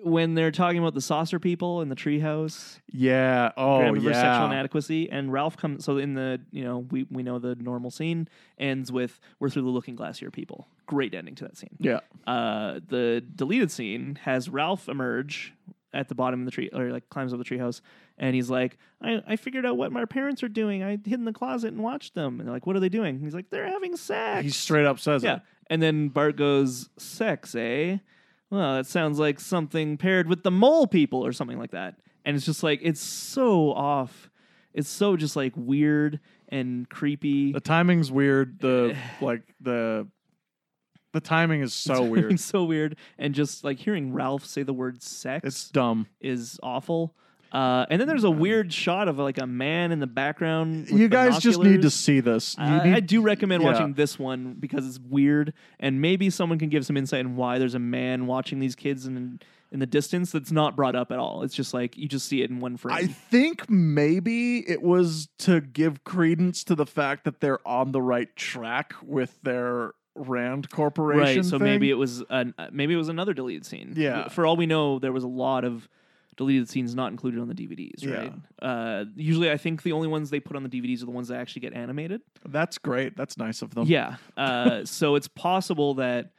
when they're talking about the saucer people in the treehouse. yeah. Oh, Grandma versus sexual yeah. inadequacy. And Ralph comes. So in the you know we we know the normal scene ends with we're through the looking glass here, people. Great ending to that scene. Yeah. Uh, the deleted scene has Ralph emerge at the bottom of the tree or like climbs up the treehouse and he's like, I, I figured out what my parents are doing. I hid in the closet and watched them. And they're like, what are they doing? And he's like, they're having sex. He straight up says yeah. it. And then Bart goes, sex, eh? Well, that sounds like something paired with the mole people or something like that. And it's just like, it's so off. It's so just like weird and creepy. The timing's weird. The like the the timing is so weird. It's so weird. And just like hearing Ralph say the word sex It's dumb. is awful. Uh, and then there's a weird shot of like a man in the background. with Mm. you guys just need to binoculars. see this. You I, I need do recommend yeah. watching this one because it's weird, and maybe someone can give some insight on why there's a man watching these kids in in the distance that's not brought up at all. It's just like you just see it in one frame. I think maybe it was to give credence to the fact that they're on the right track with their Rand Corporation. right, so maybe thing. it was an, uh, maybe it was another deleted scene. Uh, Yeah. For all we know, there was a lot of deleted scenes not included on the DVDs. Right. Uh, usually, I think the only ones they put on the DVDs are the ones that actually get animated. that's great. That's nice of them. Yeah. Uh, so it's possible that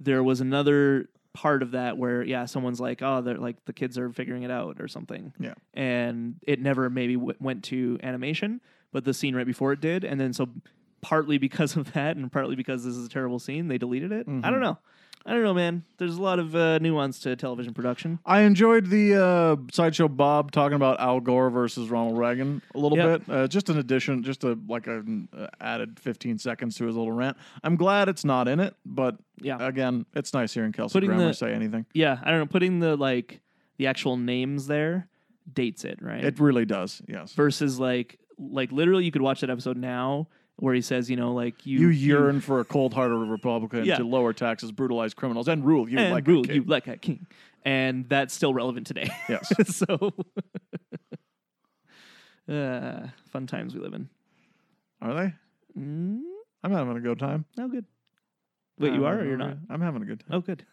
there was another part of that where yeah, someone's like, oh, they're like the kids are figuring it out or something. Yeah. And it never maybe w- went to animation, but the scene right before it did, and then so partly because of that, and partly because this is a terrible scene, they deleted it. I Mm-hmm. don't know. I don't know, man. There's a lot of uh, nuance to television production. I enjoyed the uh, sideshow Bob talking about Al Gore versus Ronald Reagan a little Yeah. bit. Uh, just an addition, just a like an uh, added 15 seconds to his little rant. I'm glad it's not in it, but Yeah. again, it's nice hearing Kelsey Putting Grammer the- say anything. Yeah, I don't know. Putting the like the actual names there dates it right. It really does. Yes. versus like like literally you could watch that episode now where he says you know like you you yearn for a cold-hearted Republican Yeah. to lower taxes, brutalize criminals, and rule you and like a rule king. you like a king and that's still relevant today Yes. so uh, fun times we live in Are they? mm, I'm having a good time. no Oh, good wait I'm you are or having you're a- not I'm having a good time. oh good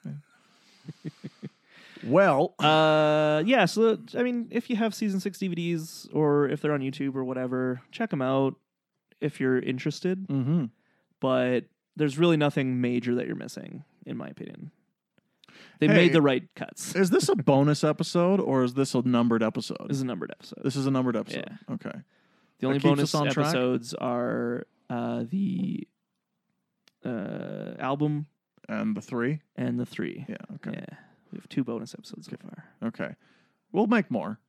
Well, uh yeah so i mean if you have season six dvds or if they're on youtube or whatever check them out if you're interested mhm. but there's really nothing major that you're missing, in my opinion. They Hey. made the right cuts. is this a bonus episode or is this a numbered episode? This is a numbered episode. this is a numbered episode. Okay. The only keeps bonus us on track. episodes are uh, the uh, album And the three? and the three. Yeah. Okay. Yeah. we have two bonus episodes so far. Okay. We'll make more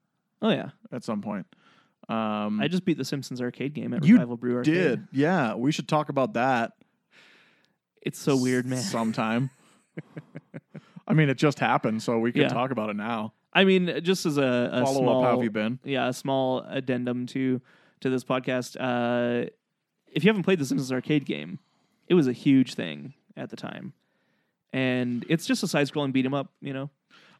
Oh yeah, at some point. Um, I just beat the Simpsons arcade game at You Revival Brew Arcade. did. Yeah. We should talk about that It's so weird, man. sometime. I mean, it just happened, so we can Yeah. talk about it now. I mean, just as a, a Follow small up. How have you been? yeah, a small addendum to to this podcast. Uh, if you haven't played the Simpsons arcade game, it was a huge thing at the time, and it's just a side-scrolling beat 'em up. You know,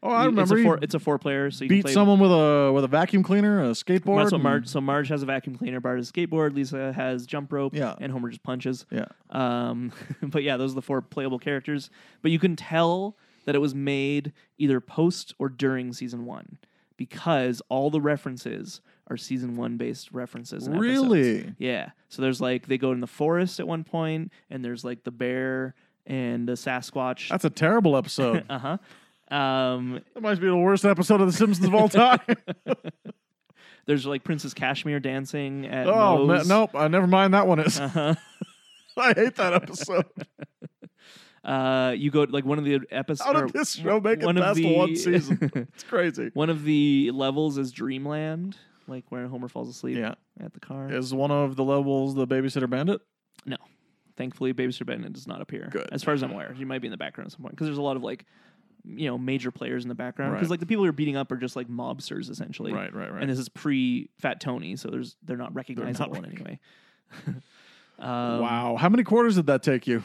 Oh, I You- remember. it's a you four, it's a four-player, so you can beat play. someone with a with a vacuum cleaner, a skateboard. That's what and- Marge. So Marge has a vacuum cleaner. Bart has a skatboard. Lisa has jump rope. Yeah. and Homer just punches. Yeah. Um, but yeah, those are the four playable characters. But you can tell that it was made either post or during season one because all the references are season one based references. and episodes. Really? Yeah. So there's like they go in the forest at one point, and there's like the bear and the Sasquatch. That's a terrible episode. Uh huh. Um, that might be the worst episode of The Simpsons of all time. There's like Princess Cashmere dancing at Oh ma- Moe's. nope, I never mind that one is. Uh-huh. I hate that episode. Uh, you go like one of the episodes. How did this show make it one of past the- one season? It's crazy. One of the levels is Dreamland, like where Homer falls asleep Yeah, at the car. is one of the levels the babysitter bandit? Thankfully, Babysitter Bennett does not appear. Good. As far as I'm aware, he might be in the background at some point because there's a lot of like, you know, major players in the background because Right. like the people you're beating up are just like mobsters essentially. Right, right, right. And this is pre Fat Tony, so there's they're not recognizable in any way. um, wow, how many quarters did that take you?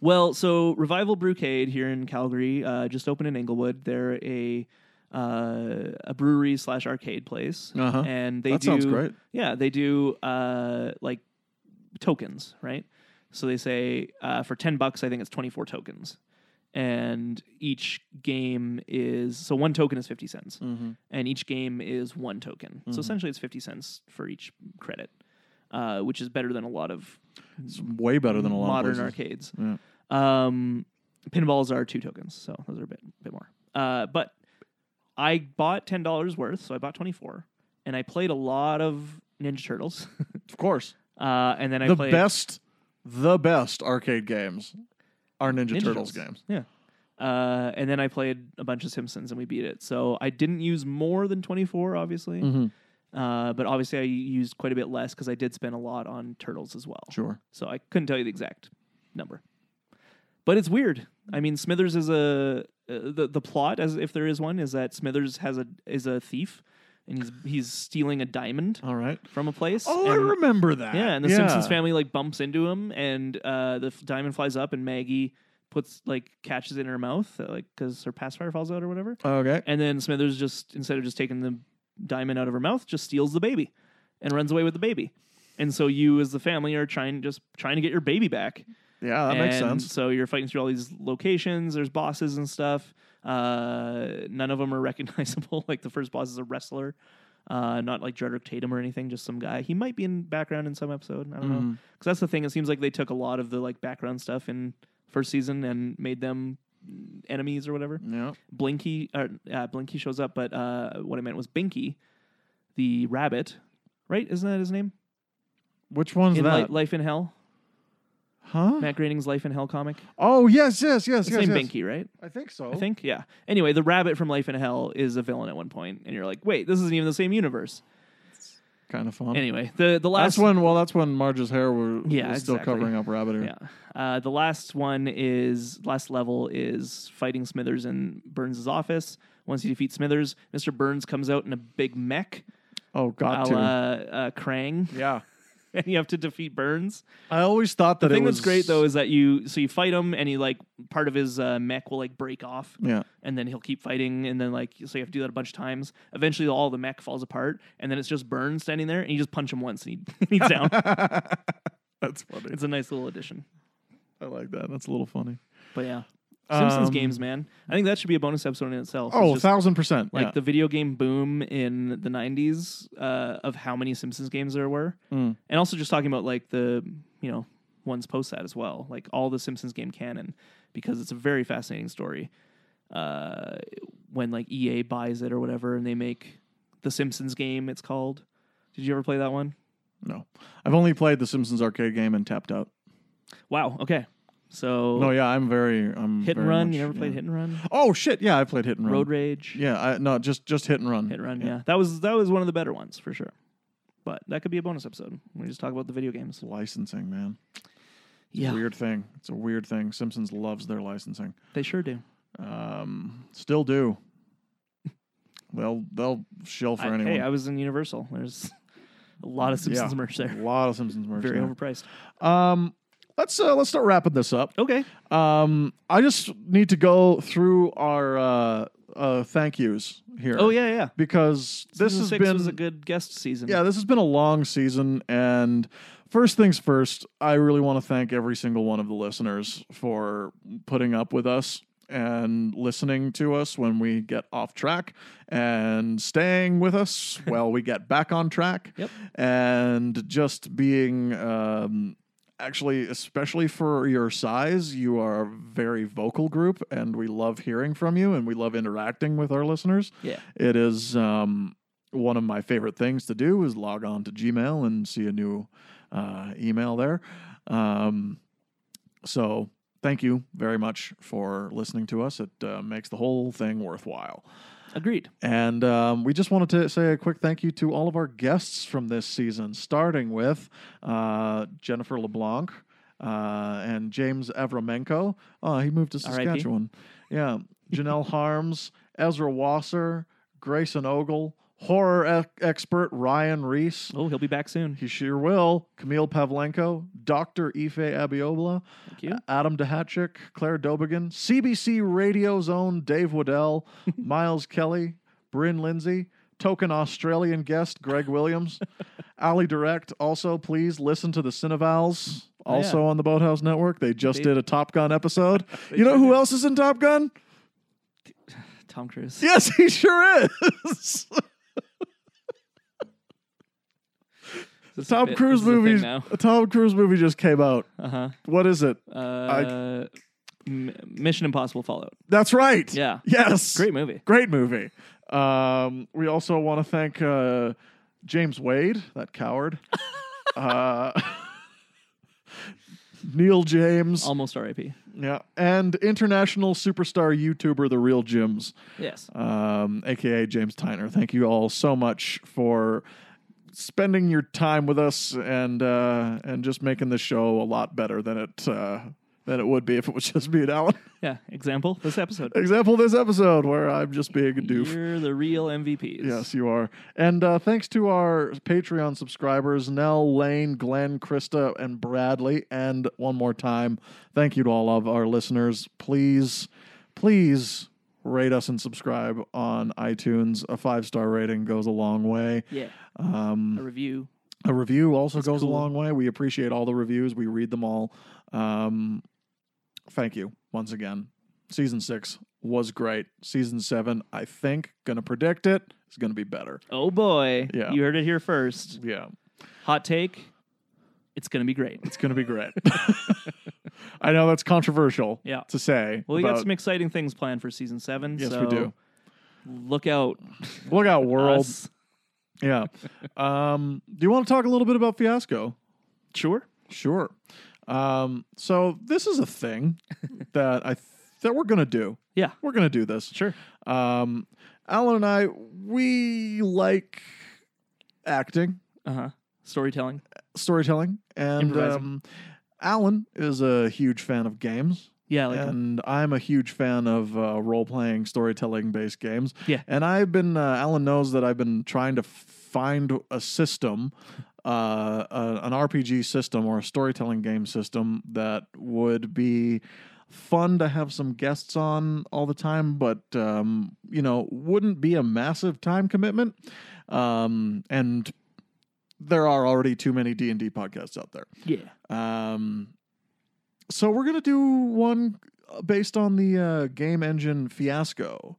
Well, so Revival Brewcade here in Calgary uh, just opened in Inglewood. They're a uh, a brewery slash arcade place, Uh-huh. and they that do sounds great. yeah, they do uh, like tokens, right? So they say uh, for ten bucks, I think it's twenty four tokens, and each game is so one token is fifty cents, Mm-hmm. and each game is one token. So essentially, it's fifty cents for each credit, uh, which is better than a lot of It's way better than a lot modern of places. arcades. Yeah. Um, pinballs are two tokens, so those are a bit bit more. Uh, but I bought ten dollars worth, so I bought twenty four, and I played a lot of Ninja Turtles. Of course, Uh, and then I the played best, the best arcade games are Ninja, Ninja Turtles games. Yeah. Uh, and then I played a bunch of Simpsons and we beat it. So I didn't use more than 24, obviously. Mm-hmm. Uh, but obviously I used quite a bit less because I did spend a lot on Turtles as well. Sure. So I couldn't tell you the exact number. But it's weird. I mean, Smithers is a uh, the the plot as if there is one is that Smithers has a is a thief, and he's he's stealing a diamond All right. from a place. Oh, I and- remember that. Yeah, and the Simpsons family like bumps into him, and uh, the f- diamond flies up, and Maggie puts like catches it in her mouth, uh, like because her pacifier falls out or whatever. Okay. And then Smithers just instead of just taking the diamond out of her mouth, just steals the baby and runs away with the baby. And so you, as the family, are trying just trying to get your baby back. Yeah, that makes And sense. So you're fighting through all these locations. There's bosses and stuff. Uh, none of them are recognizable. like the first boss is a wrestler, uh, not like Jedrick Tatum or anything. Just some guy. He might be in background in some episode. I don't 'Cause Mm-hmm. know. Because that's the thing. It seems like they took a lot of the like background stuff in first season and made them enemies or whatever. Yeah. Blinky or uh, Blinky shows up, but uh, what I meant was Binky, the rabbit. Right? Isn't that his name? Which one's in that? Li- Life in Hell, huh? Matt Groening's Life in Hell comic. Oh yes, yes, yes, It's yes. named yes. Oh. Binky, right? I think so. I think, yeah. Anyway, the rabbit from Life in Hell is a villain at one point, and you're like, wait, this isn't even the same universe. kind of fun. Anyway, the the Oh. that's last when well, that's when Marge's hair were Yeah, was still exactly. covering up rabbit ear. yeah, uh, the last one is last level is fighting Smithers in Burns' office. Once you defeat Smithers, Mr. Burns comes out in a big mech, Oh, a got la to. uh, Krang, yeah. and you have to defeat Burns. I always thought that The thing it was that's great though is that you so you fight him, and he like part of his uh, mech will like break off, Yeah. and then he'll keep fighting and then like so you have to do that a bunch of times eventually all the mech falls apart and then it's just burn standing there and you just punch him once and he, he's down That's funny. it's a nice little addition I like that. That's a little funny. but yeah simpsons Um, games man i think that should be a bonus episode in itself It's Oh, just, thousand percent. like yeah. the video game boom in the 90s uh, of how many simpsons games there were Mm. and also just talking about like the you know ones post that as well like all the simpsons game canon because it's a very fascinating story uh, when like ea buys it or whatever and they make the simpsons game it's called did you ever play that one No, I've only played the Simpsons arcade game and tapped out. wow okay so No, yeah, I'm very. I'm Oh. hit and very run much- you never played yeah. hit and run Oh shit! Yeah, I played hit and run. road rage Yeah, I, no, just just hit and run. hit and run yeah. that was that was one of the better ones for sure but that could be a bonus episode we just talk about the video games Licensing, man. It's yeah a weird thing. It's a weird thing. Simpsons loves their licensing. they sure do Um, still do. they'll they'll shill for I, anyone. hey i was in universal there's a lot of Yeah. simpsons merch there A lot of Simpsons merch. very there. overpriced Um, let's uh, let's start wrapping this up. Okay. Um, I just need to go through our uh, uh, thank yous here. Oh yeah, yeah. because this Season has six been was a good guest season. yeah this has been a long season and first things first i really want to thank every single one of the listeners for putting up with us and listening to us when we get off track and staying with us while we get back on track Yep. and just being um, actually especially for your size you are a very vocal group and we love hearing from you and we love interacting with our listeners yeah. it is um one of my favorite things to do is log on to Gmail and see a new uh, email there. Um, so thank you very much for listening to us. It uh, makes the whole thing worthwhile. Agreed. And um, we just wanted to say a quick thank you to all of our guests from this season, starting with uh, Jennifer LeBlanc uh, and James Avramenko. Oh, he moved to R.I.P. Saskatchewan. Yeah. Janelle Harms, Ezra Wasser, Grayson Ogle, horror ec- expert Ryan Reese. Oh, he'll be back soon. He sure will. Camille Pavlenko, Dr. Ife Abiola, Thank you. Adam DeHatchick, Claire Dobigan, CBC Radio's own Dave Waddell, Miles Kelly, Bryn Lindsay, token Australian guest Greg Williams, Ali Direct. Also, please listen to the Cinevals, Oh, yeah. also on the Boathouse Network. They just They- did a Top Gun episode. you know who else is in Top Gun? Tom Cruise. Yes, he sure is. This is a Tom bit- Cruise this is a thing movies. now. A Tom Cruise movie just came out. Uh-huh. What is it? Uh M- Mission Impossible Fallout. That's right. Yeah. Yes. Great movie. Great movie. Um, we also want to thank uh, James Wade, that coward. uh, Neil James. Almost R.I.P. yeah. And international superstar YouTuber, The Real Jims, Yes. um, aka James Tyner. Thank you all so much for spending your time with us and uh, and just making the show a lot better than it uh, than it would be if it was just me and Alan. Yeah. Example. This episode. Example this episode where I'm just being a doof. You're the real MVPs. Yes, you are. And uh, thanks to our Patreon subscribers, Nell, Lane, Glenn, Krista, and Bradley. And one more time, thank you to all of our listeners. Please, please rate us and subscribe on iTunes. A five star rating goes a long way. Yeah. Um, A review. a review also goes a cool. long way. We appreciate all the reviews, we read them all. Um, thank you once again. Season six was great. Season seven, I think, gonna predict it, is gonna be better. Oh boy. Yeah. You heard it here first. Yeah, Hot take. It's gonna be great. it's gonna be great. I know that's controversial Yeah. to say. Well, we got about- some exciting things planned for season seven. Yes, so we do. Look out, Look out, world. us. Yeah. Um, do you want to talk a little bit about Fiasco? Sure. Sure. Um, so this is a thing that I th- that we're gonna do. Yeah. We're gonna do this. Sure. Um, Alan and I, we like acting, Uh huh. Storytelling. storytelling, and Improvising. um, Alan is a huge fan of games, Yeah. Like and I'm a huge fan of uh, role playing, storytelling based games. Yeah. and I've been. Uh, Alan knows that I've been trying to find a system. Uh, a, an RPG system or a storytelling game system that would be fun to have some guests on all the time, but um, you know, wouldn't be a massive time commitment. Um, and there are already too many D and D podcasts out there. yeah. Um, so we're gonna do one uh, based on the uh, game engine fiasco.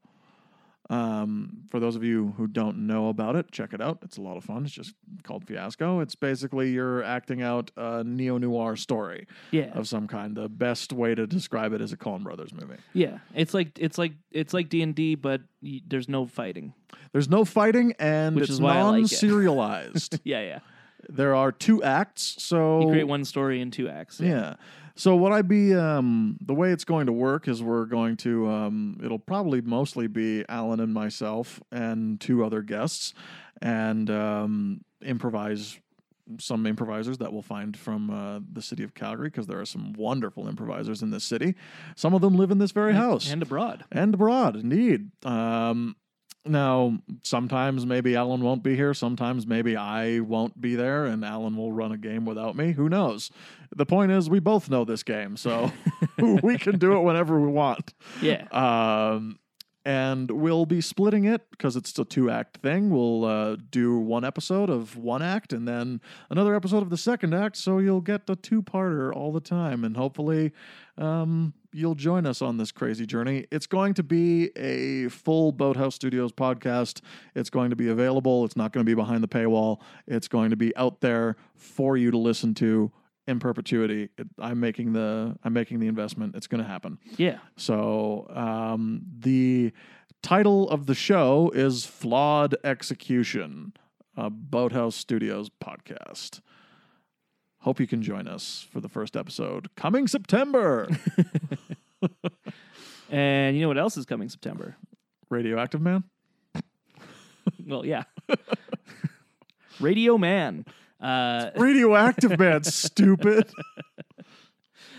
Um, for those of you who don't know about it, check it out. It's a lot of fun. It's just called Fiasco. It's basically you're acting out a neo noir story Yeah. of some kind. The best way to describe it is a Coen Brothers movie. Yeah. It's like it's like it's like D and D, but y- there's no fighting. There's no fighting and Which it's is why I like it. non-serialized. Yeah. Yeah. there are two acts, so You create one story in two acts. Yeah. So what I be um the way it's going to work is we're going to um it'll probably mostly be Alan and myself and two other guests and um improvise some improvisers that we'll find from uh, the city of Calgary because there are some wonderful improvisers in this city. Some of them live in this very house And abroad. and abroad, indeed. Um, now, sometimes maybe Alan won't be here. Sometimes maybe I won't be there, and Alan will run a game without me. Who knows? The point is, we both know this game, so we can do it whenever we want. Yeah. Um, and we'll be splitting it because it's a two act thing. We'll uh, do one episode of one act and then another episode of the second act. So you'll get the two parter all the time. And hopefully, um, you'll join us on this crazy journey. It's going to be a full Boathouse Studios podcast. It's going to be available. It's not going to be behind the paywall. It's going to be out there for you to listen to in perpetuity. It, I'm making the I'm making the investment. It's going to happen. Yeah. So um, the title of the show is Flawed Execution, a Boathouse Studios podcast. Hope you can join us for the first episode coming September. And you know what else is coming September? Radioactive Man? Well, yeah. Radio Man. Uh, Radioactive Man, stupid.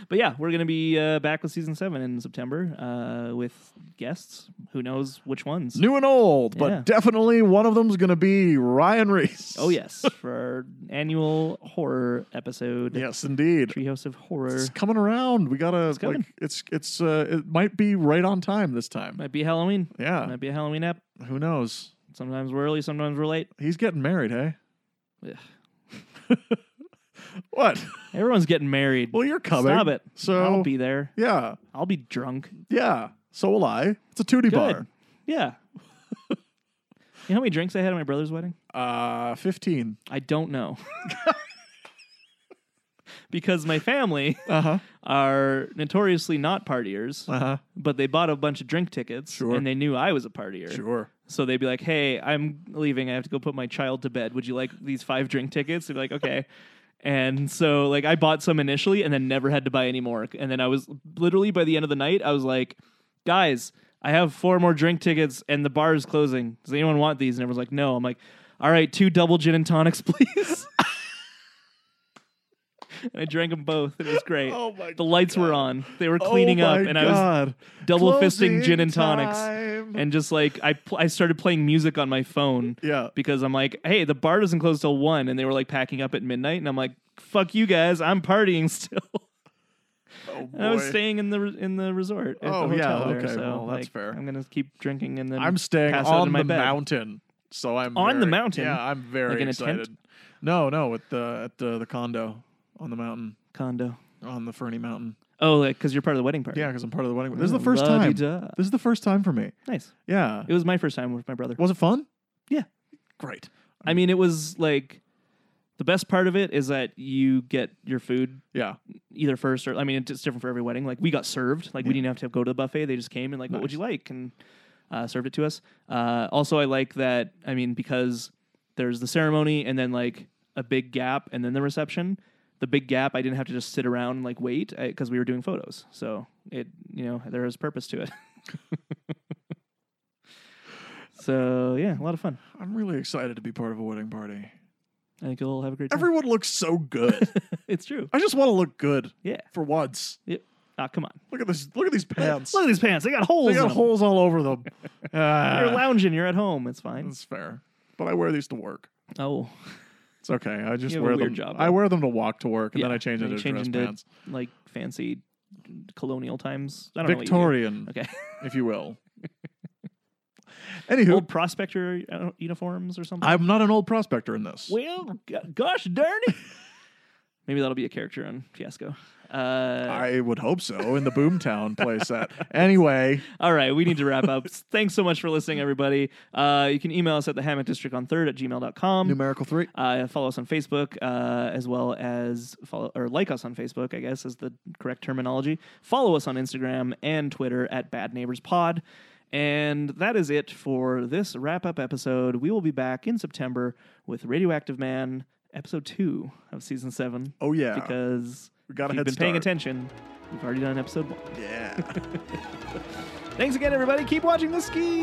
but yeah, we're going to be uh, back with season seven in September uh, with guests. Who knows which ones? New and old, but Yeah. definitely one of them's going to be Ryan Reese. Oh, yes. For our annual horror episode. Yes, indeed. Treehouse of Horror. It's coming around. We gotta coming. like it's it's uh it might be right on time this time. Might be Halloween. Yeah. Might be a Halloween app. Who knows? Sometimes we're early, sometimes we're late. He's getting married, hey? Ugh. What? Everyone's getting married. Well, you're coming. Stop it. So I'll be there. yeah, I'll be drunk. yeah. So will I. It's a tootie Good. Yeah. you know how many drinks I had at my brother's wedding? bar. Uh, fifteen. I don't know. because my family Uh huh. are notoriously not partiers, Uh huh. but they bought a bunch of drink tickets Sure. and they knew I was a partier. Sure. So they'd be like, "Hey, I'm leaving. I have to go put my child to bed. Would you like these five drink tickets?" They'd be like, "Okay." and so like I bought some initially and then never had to buy any more. And then I was literally by the end of the night, I was like, "Guys, I have four more drink tickets and the bar is closing. Does anyone want these?" And everyone's like, "No." I'm like, "All right, two double gin and tonics, please." and I drank them both. It was great. Oh my Oh the lights were on. They were cleaning up and I was double fisting gin and tonics Mm-hmm. and just like I pl- I started playing music on my phone yeah. because I'm like, hey, the bar doesn't close till one, and they were like packing up at midnight, and I'm like, fuck you guys, I'm partying still. Oh boy. and I was staying in the re- in the resort. At Oh, the yeah, hotel there, okay, so, well, that's like, fair. I'm gonna keep drinking and then I'm staying pass out on in my the bed. mountain. So I'm On the very- mountain? Yeah, I'm very Like in a tent? excited. No, no, at the at the, the condo on the mountain condo. on the Fernie Mountain. Oh, like because you're part of the wedding party. Yeah, because I'm part of the wedding. This is Oh, the first time. la-di-da. This is the first time for me. Nice. Yeah. It was my first time with my brother. Was it fun? Yeah. Great. I mean, it was like the best part of it is that you get your food Yeah. either first or I mean it's different for every wedding. Like we got served, like we didn't have to go to the buffet. They just came and like, what would you like? And uh, served it to us. Uh, also, I like that. I mean, because there's the ceremony and then like a big gap and then the reception. The big gap, I didn't have to just sit around and like wait because we were doing photos. So it, you know, there is purpose to it. so yeah, a lot of fun. I'm really excited to be part of a wedding party. I think you'll all have a great time. Everyone looks so good. it's true. I just want to look good Yeah. for once. yeah. Ah, come on. Look at this. Look at these pants. Look at these pants. They got holes. they in got them. holes all over them. You're Ah, lounging. You're at home. Uh, It's fine. that's fair. But I wear these to work. Oh, It's okay. I just You have a wear weird them. job, I wear them to walk to work, and then Yeah, I change then into you dress into, pants. Like fancy colonial times. I don't Victorian, know. Victorian. Okay. if you will. Anywho, Old prospector uh, uniforms or something. I'm not an old prospector in this. well, g- gosh darn it. Maybe that'll be a character on Fiasco. Uh, I would hope so in the Boomtown playset. Anyway, All right, we need to wrap up. Thanks so much for listening, everybody. Uh, you can email us at the hammock district on third at gmail.com. numerical three. Uh, follow us on Facebook uh, as well as follow or like us on Facebook, I guess is the correct terminology. Follow us on Instagram and Twitter at Bad Neighbors Pod. And that is it for this wrap up episode. We will be back in September with Radioactive Man, episode two of season seven. Oh yeah, Because we got if a you've head been paying start. attention, we've already done episode one. Yeah. Thanks again, everybody. Keep watching the ski.